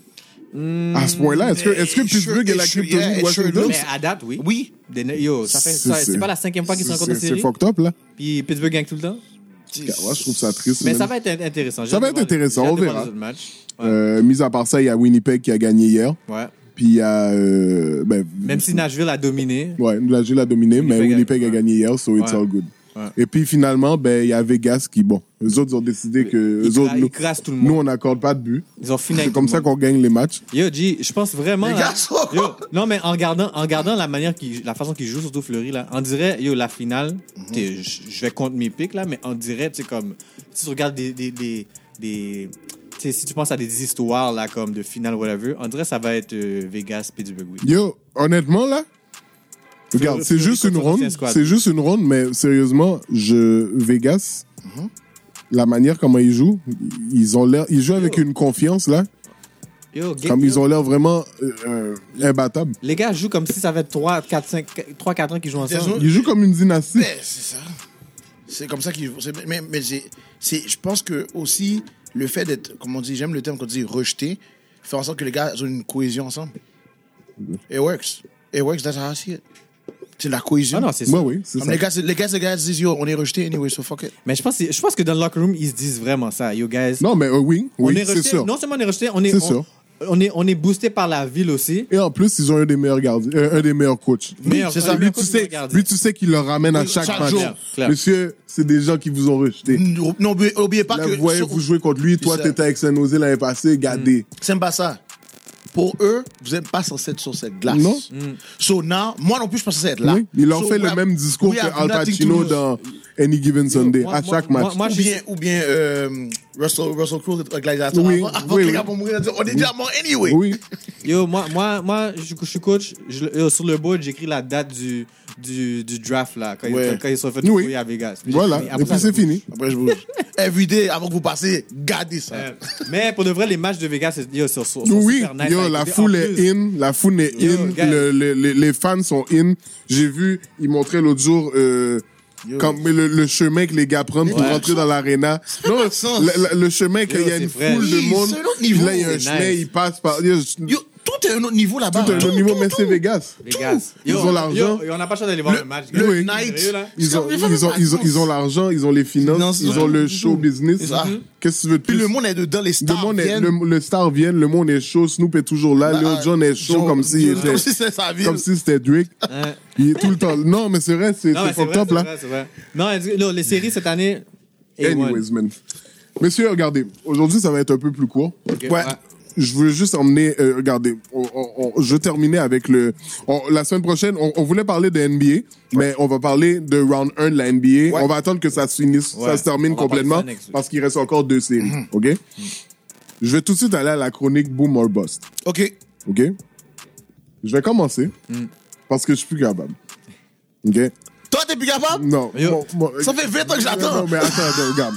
A: à ce point-là, est-ce que, est-ce que
C: Eh,
A: Pittsburgh
C: sure,
A: est la
C: eh, sure,
A: kryptonite
C: yeah,
A: de
C: it sure
A: Washington?
C: looks.
B: Mais à date, oui.
C: Oui.
B: Des ne- Yo, ça fait, ça- c'est pas la cinquième fois qu'ils sont
A: c'est-
B: rencontrés en
A: C'est
B: série.
A: fucked up, là.
B: Puis Pittsburgh gagne tout le temps.
A: Moi, je trouve ça triste.
B: Mais
A: même.
B: ça va être in- intéressant. J'ai
A: Ça va
B: hâte
A: être
B: de voir-
A: intéressant,
B: j'ai hâte
A: on
B: de voir
A: verra.
B: les autres matchs. Ouais.
A: Euh, mis à part ça, il y a Winnipeg qui a gagné hier.
B: ouais.
A: Puis il y a. euh, ben,
B: Même si Nashville a dominé.
A: Ouais, la Gilles a dominé, mais
B: Winnipeg a-
A: Winnipeg a
B: ouais.
A: gagné hier, so it's
B: Ouais.
A: all good.
B: Ouais.
A: Et puis finalement, ben, il y a Vegas qui, bon, eux autres ont décidé que.
B: Ils
A: Eux
B: cra-
A: autres,
B: ils
A: nous,
B: crassent tout le
A: nous,
B: monde.
A: on n'accorde pas de but.
B: Ils ont fini
A: C'est
B: avec
A: comme
B: tout le
A: ça
B: monde.
A: qu'on gagne les matchs.
B: Yo, G, je pense vraiment.
C: Les
B: là-
C: garçons!
B: Yo, non, mais en regardant, en regardant la manière qui, la façon qu'ils jouent, surtout Fleury, là, on dirait, yo, la finale,
A: Mhm.
B: t'es- je je vais contre mes pics, là, mais on dirait, tu sais, comme, si tu regardes des. des, des, des- tu sais, si tu penses à des histoires, là, comme de finale, whatever, on dirait que ça va être euh, Vegas, Pittsburgh, oui.
A: Yo, honnêtement, là. Regarde, c'est
B: Fleury
A: juste une
B: contre
A: ronde.
B: l'ancien squad.
A: C'est juste une ronde, mais sérieusement, je. Vegas.
B: Mhm.
A: La manière comment ils jouent, ils ont l'air, ils jouent avec
B: Yo.
A: une confiance là,
B: Yo, game-
A: comme ils
B: yo,
A: ont l'air vraiment euh, euh, imbattables.
B: Les gars jouent comme si ça fait 3, 4, 5, 3, 4 ans qu'ils jouent
C: Mm.
B: ensemble.
A: Ils jouent comme une dynastie.
C: Ben, c'est ça. C'est comme ça qu'ils vont. c'est- Mais, mais j'ai- c'est- je pense que aussi, le fait d'être, comme on dit, j'aime le terme qu'on dit rejeté, fait en sorte que les gars ont une cohésion ensemble. It works. It works, that's how I see it. C'est la cohésion.
B: Ah non, c'est
A: Ouais,
B: ça.
A: oui, c'est
C: Comme
A: ça.
C: les gars, c'est- les gars, les gars se disent, yo, on est rejeté anyway, so fuck it.
B: Mais je pense, que- je pense que dans le locker room, ils se disent vraiment ça. Yo, guys,
A: Non, mais euh, oui,
B: on
A: oui,
B: est
A: c'est
B: rejeté.
A: sûr.
B: Non seulement on est rejeté, on est,
A: C'est
B: on-
A: sûr.
B: on est, on est boosté par la ville aussi.
A: Et en plus, ils ont un des meilleurs gardiens, euh, un des meilleurs coachs.
B: Meilleur-
C: c'est ça.
A: Lui,
B: le meilleur
A: tu
B: coach
A: sais,
B: du gardien.
A: lui, tu sais qu'il le ramène à
C: Oui,
A: chaque,
C: chaque
A: match.
C: jour.
B: Clair, clair.
A: Monsieur, c'est des gens qui vous ont rejeté.
C: Non, mais oubliez pas
A: Là,
C: que.
A: vous voyez,
C: sur- Mm.
A: vous jouez contre lui. Toi,
C: ça.
A: t'étais avec San Jose l'année passée, gadé.
C: C'est pas ça. Pour eux, vous n'êtes pas censé être sur cette glace.
A: Non.
C: So now, moi non plus, je pensais censé être là.
A: Oui, Il leur
C: So
A: fait
C: we
A: le
C: have-
A: même discours
C: we
A: que
C: have
A: Al
C: nothing to
A: Pacino
C: lose.
A: dans Any Given Sunday,
B: moi-
A: à chaque
B: moi-
A: match.
B: moi-
C: Ou
B: je-
C: bien, ou bien euh, Russell, Russell Crowe, le gladiateur,
A: Oui,
C: avant, avant
A: oui,
C: que les
A: oui.
C: gars vont mourir, ils vont dire, on est déjà mort anyway.
A: Oui,
B: Yo, moi, moi, moi je, je suis coach. Je- yo, sur le board, j'écris la date du, du, du draft, là, quand,
C: Ouais.
B: ils, quand ils sont fait
A: Oui.
B: courir à Vegas. Puis
A: voilà.
B: j'ai-
A: Et puis
B: ça,
A: c'est
B: je-
A: fini.
C: Après, je vous. Every day, avant que vous passez, gardez ça.
B: Euh, mais pour de vrai, les matchs de Vegas, c'est- yo, sont, sont- sont
A: Oui,
B: super nice. à
A: yo, la
B: écouter.
A: foule
B: En plus,
A: est in, la foule est
B: Yo,
A: in,
B: guys.
A: le- le- le- les fans sont in. J'ai vu, ils montraient l'autre jour euh,
C: Yo.
A: quand- mais le, le chemin que les gars prennent pour
B: Ouais.
A: rentrer dans l'arena. Non, le, le- le chemin qu'il y a
B: c'est
A: une
B: vrai.
A: foule de
C: Oui,
A: monde.
C: c'est un autre
A: puis
C: niveau.
A: là, il y a un
B: C'est
A: chemin,
B: nice.
A: ils passent par. Yo, je-
C: Yo, tout est un autre niveau là-bas.
A: tout un autre niveau, mais c'est Vegas.
B: Vegas.
A: Ils ont l'argent.
B: yo, yo, on n'a pas le choix d'aller voir le match.
C: le
B: guys.
C: night.
B: Sérieux, là?
A: Ils ont,
C: Mais
A: ils
C: ça
A: ont,
C: fait
A: ils ont,
C: pas
A: ils ont,
C: de sens.
A: l'argent, ils ont les finances,
C: Finances,
A: ils
C: ouais.
A: ont le show business. Ah,
C: ça.
A: Qu'est-ce que tu veux de
C: Puis
A: plus?
C: le monde est dedans, les
A: Le
C: stars.
A: monde est,
C: viennent.
A: le, le star vient, le monde est chaud, Snoop est toujours là,
C: Bah,
A: Léon John est chaud
C: John-
A: comme si
C: John- comme si c'était sa ville.
A: comme si c'était Drake.
B: Hein?
A: Il est tout le temps. Non, mais c'est vrai, c'est
B: Non, mais
A: c'est
B: c'est
A: fucked
B: vrai,
A: up
B: c'est
A: là.
B: vrai, c'est vrai. Non, elle- yo, les séries cette année. A1.
A: Anyways, man. Messieurs, regardez, aujourd'hui ça va être un peu plus court.
B: Ok,
C: Ouais.
A: Je veux juste emmener, euh, regardez, on- on- on- je terminais avec le. on- la semaine prochaine, on, on voulait parler de NBA, mais on va parler de round 1 de la NBA.
C: Ouais.
A: On va attendre que ça se finisse,
B: Ouais.
A: ça se termine
B: On va parler de ça
A: complètement,
B: next week. Mm-hmm.
A: parce qu'il reste encore deux séries, ok? Je vais tout de suite aller à la chronique Boom or Bust,
C: Ok.
A: ok? Je vais commencer,
B: Mm.
A: parce que je suis plus capable, ok?
C: Toi, t'es plus capable
A: Non.
B: Yo,
A: mon- mon-
C: ça fait 20 ans que j'attends.
A: Non, non, mais attends, attends, regarde.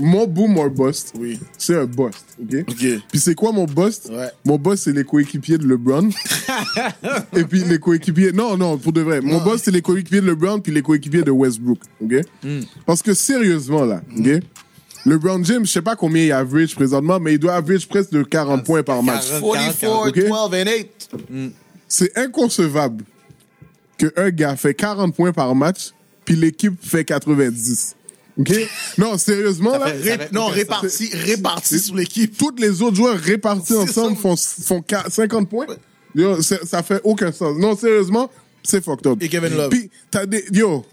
A: Mon boom or bust,
C: Oui.
A: c'est un bust, OK?
C: Ok.
A: Puis c'est quoi mon bust?
C: Ouais.
A: Mon bust, c'est les coéquipiers de LeBron. Et puis les coéquipiers... Non, non, pour de vrai. Mon bust, c'est les coéquipiers de LeBron puis les coéquipiers de Westbrook, OK? Parce que sérieusement, là, OK? LeBron James, je sais pas combien il average présentement, mais il doit average presque de 40 points par match.
B: 40.
C: 44,
A: Ok.
C: 12 and 8.
A: C'est inconcevable qu'un gars fait 40 points par match, puis l'équipe fait 90. OK? Non, sérieusement, là,
B: fait-
C: Ré- non,
B: aucun
C: réparti, réparti sur l'équipe.
A: toutes les autres joueurs répartis
C: C'est
A: ensemble
C: ça.
A: font, font qua- 50 points. Yo, c'est- ça fait aucun sens. Non, sérieusement, c'est fucked up.
C: Et Kevin Love.
A: Puis, t'as des. Yo!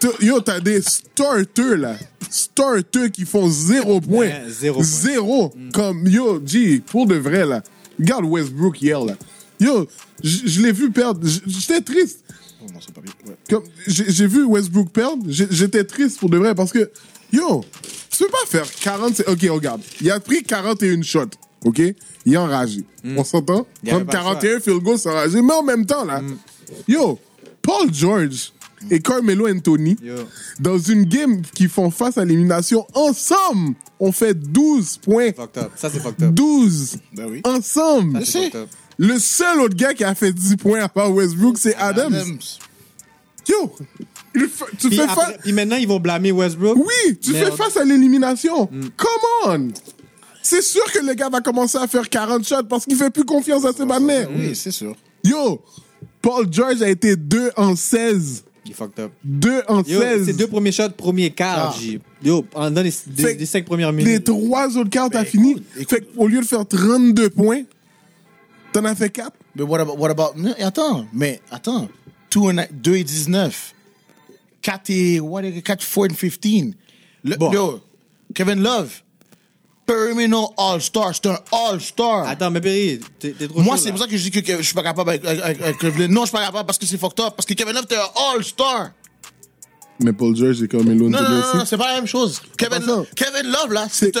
A: T- yo, t'as des starters, là. Starters qui font zéro point.
B: Ouais, zéro point.
A: Zéro.
C: Mm.
A: Comme, yo, G, pour de vrai, là. Regarde Westbrook hier, là. Yo, j- je l'ai vu perdre. J- J'étais triste.
C: Oh non, c'est pas bien. Ouais.
A: Comme, j'ai j'ai vu Westbrook perdre, j'ai- j'étais triste pour de vrai parce que, yo, tu peux pas faire 40. Ok, regarde, il a pris 41 shots, ok? Il est enragé. On s'entend?
B: Mm. Il y avait
A: Prendre
B: pas le choix. Mm.
A: 41 field goals, c'est enragé, mais en même temps, là, yo, Paul George et Carmelo Anthony,
B: Yo.
A: dans une game qui font face à l'élimination ensemble, on fait 12 points.
B: Fucked up. Ça, c'est fucked up.
A: 12
D: Ben oui.
A: ensemble.
B: Ça, c'est fucked up.
A: Le seul autre gars qui a fait 10 points à part Westbrook, c'est Adams. Yo, il fait- tu
B: Puis,
A: fais
B: après-
A: face.
B: puis maintenant, ils vont blâmer Westbrook.
A: Oui, tu
B: Merde.
A: fais face à l'élimination.
C: Mm.
A: Come on! C'est sûr que le gars va commencer à faire 40 shots parce qu'il fait plus confiance à ses banners.
B: Hmm.
D: Oui, c'est sûr.
A: Yo, Paul George a été 2 en 16.
B: Il est fucked up.
A: 2 en
B: Yo, c'est
A: 16.
B: deux premiers shots, premier quart, J. Yo, en dans les, des-
A: Fait-
B: des cinq premières minutes.
A: Ah. Les trois autres cartes, t'as fini. Fait qu'au lieu de faire 32 points, t'en as fait 4.
C: Mais what about, what about... Mais attends, mais attends. 2 and- 2 et 19. 4 et... What is it? 4, 4 and 15. Le,
B: Bon.
C: Yo, Kevin Love. Terminal All-Star. C'est un All-Star.
B: Attends, mais Perry, t'es t'es trop
C: Moi,
B: chaud,
C: c'est
B: là.
C: pour ça que je dis que, que je suis pas capable avec, avec- avec- avec Cleveland. Non, je suis pas capable parce que c'est fucked up. Parce que Kevin Love, t'es un All-Star.
A: Mais Paul George et Carmelo
C: Non,
A: Anthony
C: non, non, non,
A: aussi.
C: c'est pas la même chose. Kevin,
A: pas ça.
C: Kevin Love, là,
A: C'est-
C: c'est
A: Tu
C: un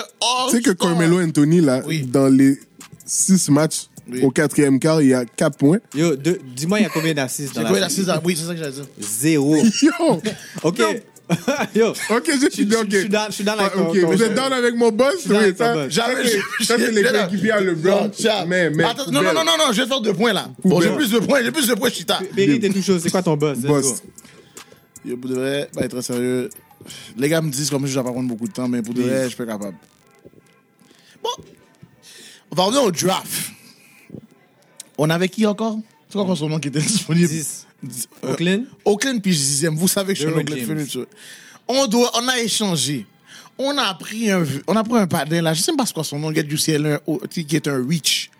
A: sais
C: All-Star.
A: que Carmelo Anthony, là,
C: Oui.
A: dans les 6 matchs,
C: Oui.
A: au quatrième quart, il a 4 poins.
B: Yo, deux- dis-moi, il y a combien d'assises dans
C: C'est
B: la
C: quoi la
B: série?
C: saison? Oui, c'est ça que j'allais dire.
B: Zéro.
A: Yo!
B: OK. Yo.
A: Ok, j'ai fini.
B: je-
A: ok.
B: je suis down- je suis down avec
A: Ah,
B: ton-
A: Ok,
B: ton-
A: vous êtes down avec mon boss?
B: down
A: Oui,
B: avec ton
A: ça,
B: boss.
A: ça, c'est- ça, c'est les
C: Là, là.
A: coéquipiers à LeBron.
C: Non, Charles.
A: Mais, mais.
C: Attends, non, non, non, non, non, je vais faire deux points là. Bon,
A: Poubelle.
C: j'ai plus de points, j'ai plus de points, Chita.
B: Perry, t'es tout chaud. C'est quoi ton boss? Let's
A: Boss.
B: go.
C: Yo, Pour de vrai, pas être sérieux, les gars me disent comme je dois pas prendre beaucoup de temps, mais pour de vrai, je suis pas capable. Bon, on va revenir au draft. On avait qui encore C'est quoi encore son nom qui était disponible
B: Dix.
C: Dix- euh,
B: Oakland?
C: Oakland puis dixième. Vous savez que je suis un
B: Derrick
C: Oakland
B: James.
C: Furniture. On doit, on a échangé. On a pris un, on a pris un padin là. Je sais même pas ce quoi son nom. Get UCL, un- au- qui est un reach.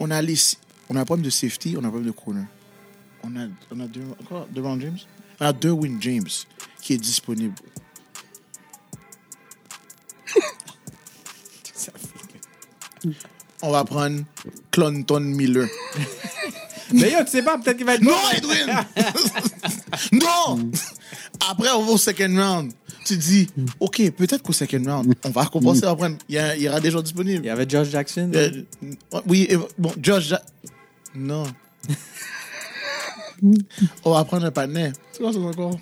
C: On a laissé, on a un problème de safety, on a un problème de corner. On a, on a deux, quoi, deux round James. On a deux win James qui est disponible. On va prendre Clonton Miller.
B: Mais yo, tu sais pas, peut-être qu'il va être
C: Non,
B: bon.
C: Edwin! non! Après, on va au second round. Tu dis, OK, peut-être qu'au second round, on va compenser à prendre. Il y, a- il y aura des gens
B: Il y
C: disponibles.
B: avait Josh Jackson.
C: Euh, oui, et- bon, Josh. Ja- Non. on va prendre un panel. C'est quoi son encore?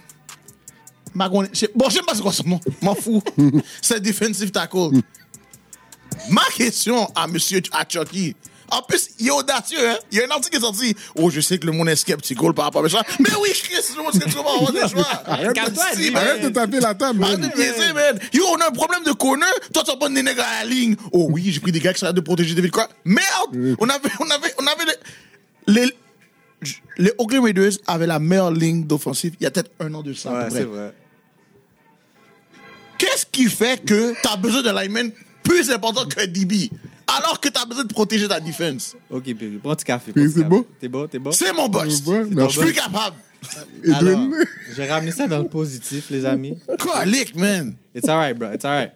C: Magon... je sais- Bon, je sais pas c'est quoi son nom. M'en fous. c'est defensive tackle. Ma question à monsieur à Chucky. En plus, il est audacieux, hein. Il y a un article qui est sorti. Oh, je sais que le monde est sceptique par rapport à mes choix. Mais oui, Chris, le monde est sceptique par rapport à mes choix.
A: Arrête,
B: Calme-toi,
C: Si,
B: dis,
C: man.
A: Arrête de taper la table,
C: Arrête
A: man.
C: de niaiser, man. Yo, on a un problème de corner. Toi, t'as pas des nègres à la ligne. Oh oui, j'ai pris des gars qui sont là de protéger David Croix. Merde! On avait, on avait, on avait les, les, les Oakland Raiders avaient la meilleure ligne d'offensive il y a peut-être un an de ça. à peu
B: Ouais,
C: près.
B: c'est vrai.
C: Qu'est-ce qui fait que t'as besoin d'un lineman plus important qu'un DB alors que t'as besoin de protéger ta défense?
B: OK, Perry, prends du café.
A: Perry,
B: prends du
A: c'est
B: café.
A: beau?
B: T'es beau, t'es beau.
C: C'est mon boss.
A: C'est bon,
C: Je
A: merci.
C: suis capable.
A: Edwin.
B: Alors, j'ai ramené ça dans le positif, les amis.
C: Colique, man.
B: It's alright, bro. It's alright.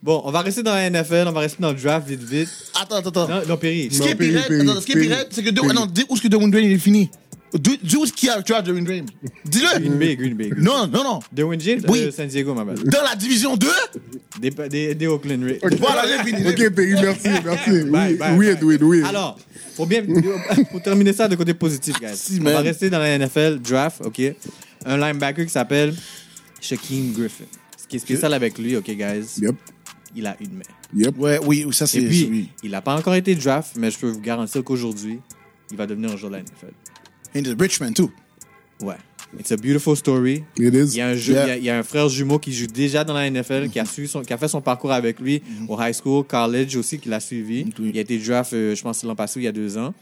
B: Bon, on va rester dans la NFL, on va rester dans le draft vite, vite.
C: Attends, attends, attends.
B: Non, non Perry.
C: Ce qui est
A: Non, Perry,
C: pire,
A: Perry,
C: attends, ce qui est pire,
A: Perry,
C: c'est que de,
A: Perry.
C: non, dis où est-ce que Dwayne Wayne il est fini. Dis dis où est-ce qu'il y a le trash de Wayne Wayne.
B: Green
C: Dis-le.
B: Bay, Green Bay. Green Bay.
C: Non, non, non.
B: Derwin James,
C: Oui.
B: euh, San Diego, ma belle.
C: Dans la division 2,
B: Des, des, des Oakland Raiders.
C: voilà, j'ai fini.
A: Ok, Perry, merci, merci.
B: Bye,
A: Oui,
B: bye,
A: oui,
B: bye.
A: Edwin, oui.
B: Alors, pour bien pour terminer ça de côté positif, guys.
C: si,
B: on va
C: man.
B: rester dans la NFL draft, ok. Un linebacker qui s'appelle Shaquem Griffin. Ce qui est spécial avec lui, ok, guys.
A: Yep,
B: Il a une main.
A: yep.
C: Ouais, oui, ça c'est.
B: Et puis,
C: oui.
B: il n'a pas encore été draft, mais je peux vous garantir qu'aujourd'hui, il va devenir un joueur de la NFL.
C: And the Richmond, too.
B: Ouais. It's a beautiful story.
A: It is.
B: Il y a un jeu-
C: Yeah.
B: il
C: Mhm.
B: y a- il y a un frère jumeau qui joue déjà dans la NFL, qui a suivi son- qui a fait son parcours avec lui au high school, college aussi, qui l'a suivi.
C: Mhm. Oui.
B: Il a été draft, euh, je pense, l'an passé ou il y a deux ans.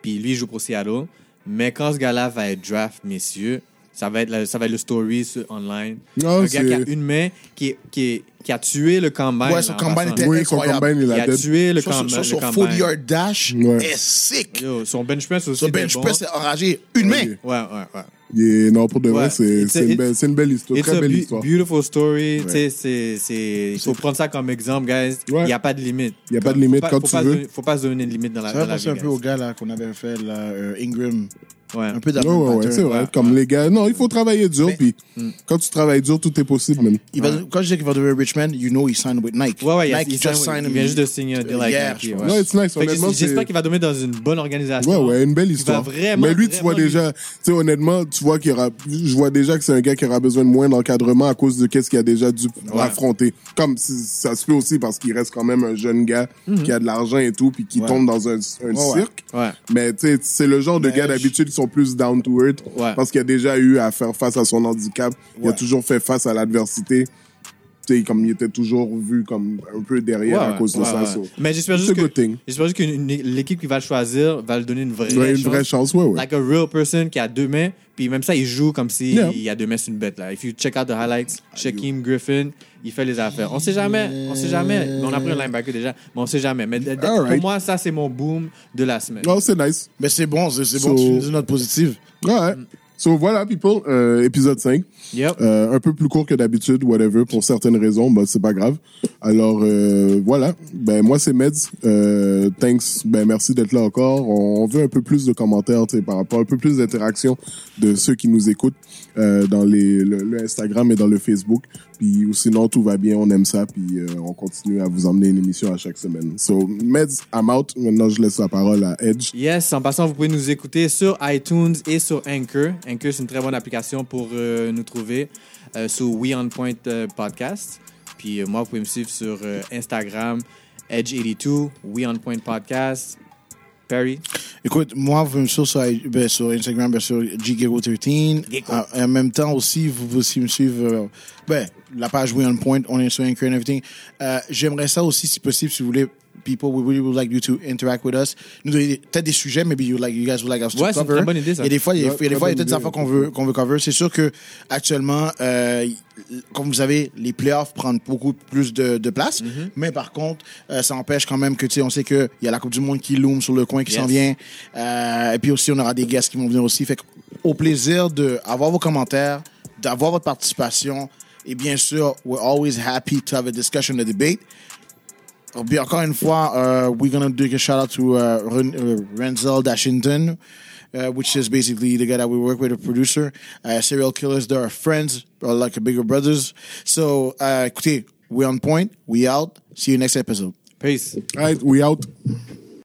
B: Puis lui, il joue pour Seattle. Mais quand ce gars-là va être draft, messieurs, ça va être, la- ça va être le story sur online.
A: Non,
B: un gars qui a
A: c'est-
B: une main, qui, est- qui, est- qui a tué le combine.
C: Ouais, son
B: en
C: combine
B: passant.
C: était
A: Oui, son
C: incroyable.
A: combine, il
B: Il
A: a
B: a
A: dead.
B: tué le,
C: Ça,
B: com-
C: sur-
B: le
C: sur son
B: combine.
C: 40 yard dash
A: Ouais.
C: est sick.
B: Yo, son bench press aussi.
C: Son
B: était
C: bench
B: bon.
C: press est enragé. Une main.
A: Oui.
B: Ouais, ouais, ouais.
A: Yeah, non, pour de vrai,
B: Ouais.
A: c'est
B: It's a-
A: c'est une,
B: it's-
A: belle- c'est une belle histoire.
B: It's
A: Très
B: a
A: belle
B: be-
A: histoire. Il
B: beautiful story. Tu sais, c'est- c'est- il faut prendre ça comme exemple, guys. Il
A: Ouais.
B: n'y a pas de limite.
A: n'y a pas de
B: Faut
A: limite
B: pas-
A: quand
B: faut
A: tu
B: pas se
A: veux.
B: donner- faut pas se donner de limite dans la,
C: Ça
B: dans
C: va
B: la
C: penser
B: vie.
C: un peu
B: guys.
C: au gars là qu'on avait fait, là, euh, Ingram.
B: Ouais.
C: Un peu
A: Ouais,
C: d'argent.
A: ouais, ouais, c'est vrai.
B: ouais. Mm.
A: Comme les gars, non, il faut travailler dur, puis quand tu travailles dur, tout est possible, même.
C: Il va, Quand je dis qu'il va devenir Richmond, you know he signed with Nike.
B: Ouais, ouais, il, a-
C: Nike
B: il
C: just
B: signe-
C: signed
B: il
C: him.
B: vient juste de signer un deal avec
C: Yeah,
B: Nike,
C: je
B: ouais.
A: Non, it's nice,
B: Fait que
A: honnêtement.
B: J'espère
A: c'est-
B: qu'il va dominer dans une bonne organisation.
A: Ouais, ouais, une belle
B: Il va
A: histoire.
B: vraiment,
A: Mais lui, tu vois
B: vraiment-
A: déjà, tu sais, honnêtement, tu vois qu'il aura, je vois déjà que c'est un gars qui aura besoin de moins d'encadrement à cause de qu'est-ce qu'il a déjà dû affronter. Comme si- ça se peut aussi parce qu'il reste quand même un jeune gars qui a de l'argent et tout, puis qui tombe dans un, un
C: Ouais, ouais.
A: cirque.
B: Mhm. Ouais.
A: Mais tu sais, c'est le genre de
C: Mais
A: gars
C: je-
A: d'habitude qui sont plus down to earth
B: Ouais.
A: parce qu'il a déjà eu à faire face à son handicap. Il a
C: Ouais.
A: toujours fait face à l'adversité. Tu sais, comme il était toujours vu comme un peu derrière
B: Ouais,
A: à cause de
B: ouais,
A: ça.
B: ouais.
A: so.
B: Mais j'espère
A: It's
B: juste
A: a good
B: que
A: thing.
B: j'espère juste que l'équipe qui va le choisir va lui donner une vraie
A: Il a une
B: chance.
A: vraie chance, ouais, ouais.
B: Like a real person qui a deux mains. Puis même ça, il joue comme s'il
A: Yeah. Ah,
B: il a deux mains sur une bête. Là. If you check out the highlights, Shaquem Griffin, il fait les affaires. On sait jamais. On sait jamais. Mais on a pris un linebacker déjà. Mais on sait jamais. Mais de- de-
A: All right.
B: pour moi, ça, c'est mon boom de la semaine.
A: Oh, c'est nice.
C: Mais Ben, c'est bon, c'est c'est
A: So-
C: bon. Tu nous dis une note positive.
A: Ouais. So voilà, people, euh, épisode 5.
B: Yep.
A: Euh, un peu plus court que d'habitude, whatever, pour certaines raisons, bah, c'est pas grave. Alors euh, voilà, ben moi c'est Meds. Euh, thanks, ben merci d'être là encore. On, on veut un peu plus de commentaires, tu sais, par rapport, un peu plus d'interaction de ceux qui nous écoutent euh, dans les, le, le Instagram et dans le Facebook. Puis ou sinon tout va bien, on aime ça, puis euh, on continue à vous emmener une émission à chaque semaine. So Meds, I'm out. Maintenant je laisse la parole à Edge.
B: Yes, en passant, vous pouvez nous écouter sur iTunes et sur Anchor. Anchor, c'est une très bonne application pour euh, nous trouver euh, sur We On Point euh, Podcast. Puis euh, moi, vous pouvez me suivre sur euh, Instagram, Edge82, We On Point Podcast, Perry.
C: Écoute, moi, vous pouvez me suivre sur, ben, sur Instagram, bien sûr, GGego13.
B: Gecko.
C: Ah, En même temps aussi, vous pouvez aussi me suivre, euh, ben, la page We On Point, on est sur Anchor and everything. Euh, J'aimerais ça aussi, si possible, si vous voulez, people, we really would like you to interact with us. Nous donner des- peut-être des sujets, maybe you, like, you guys would like us to
B: Ouais, c'est une
C: cover.
B: très bonne idée, ça.
C: Il y a des fois, il y a,
A: Ouais,
C: il y a des
A: très
C: fois, il
A: bonne
C: y a peut-être des
A: idée,
C: affaires
A: ouais.
C: qu'on veut, qu'on veut cover. C'est sûr que, actuellement, euh, comme vous savez, les playoffs prennent beaucoup plus de, de place. Mais par contre, euh, ça empêche quand même que, tu sais, on sait qu'il y a la Coupe du Monde qui loom sur le coin, qui
B: Yes.
C: s'en vient. Euh, et puis aussi, on aura des guests qui vont venir aussi. Fait que, au plaisir d'avoir vos commentaires, d'avoir votre participation. Et bien sûr, we're always happy to have a discussion, a debate. Oh, Puis encore une fois, uh, we're gonna do a shout out to uh, Ren- uh, Renzel Dashington, uh, which is basically the guy that we work with, a producer. Uh, serial killers, they're our friends, or like bigger brothers. So, uh, écoutez, we're on point, we out. See you next episode.
B: Peace.
A: All right, we out.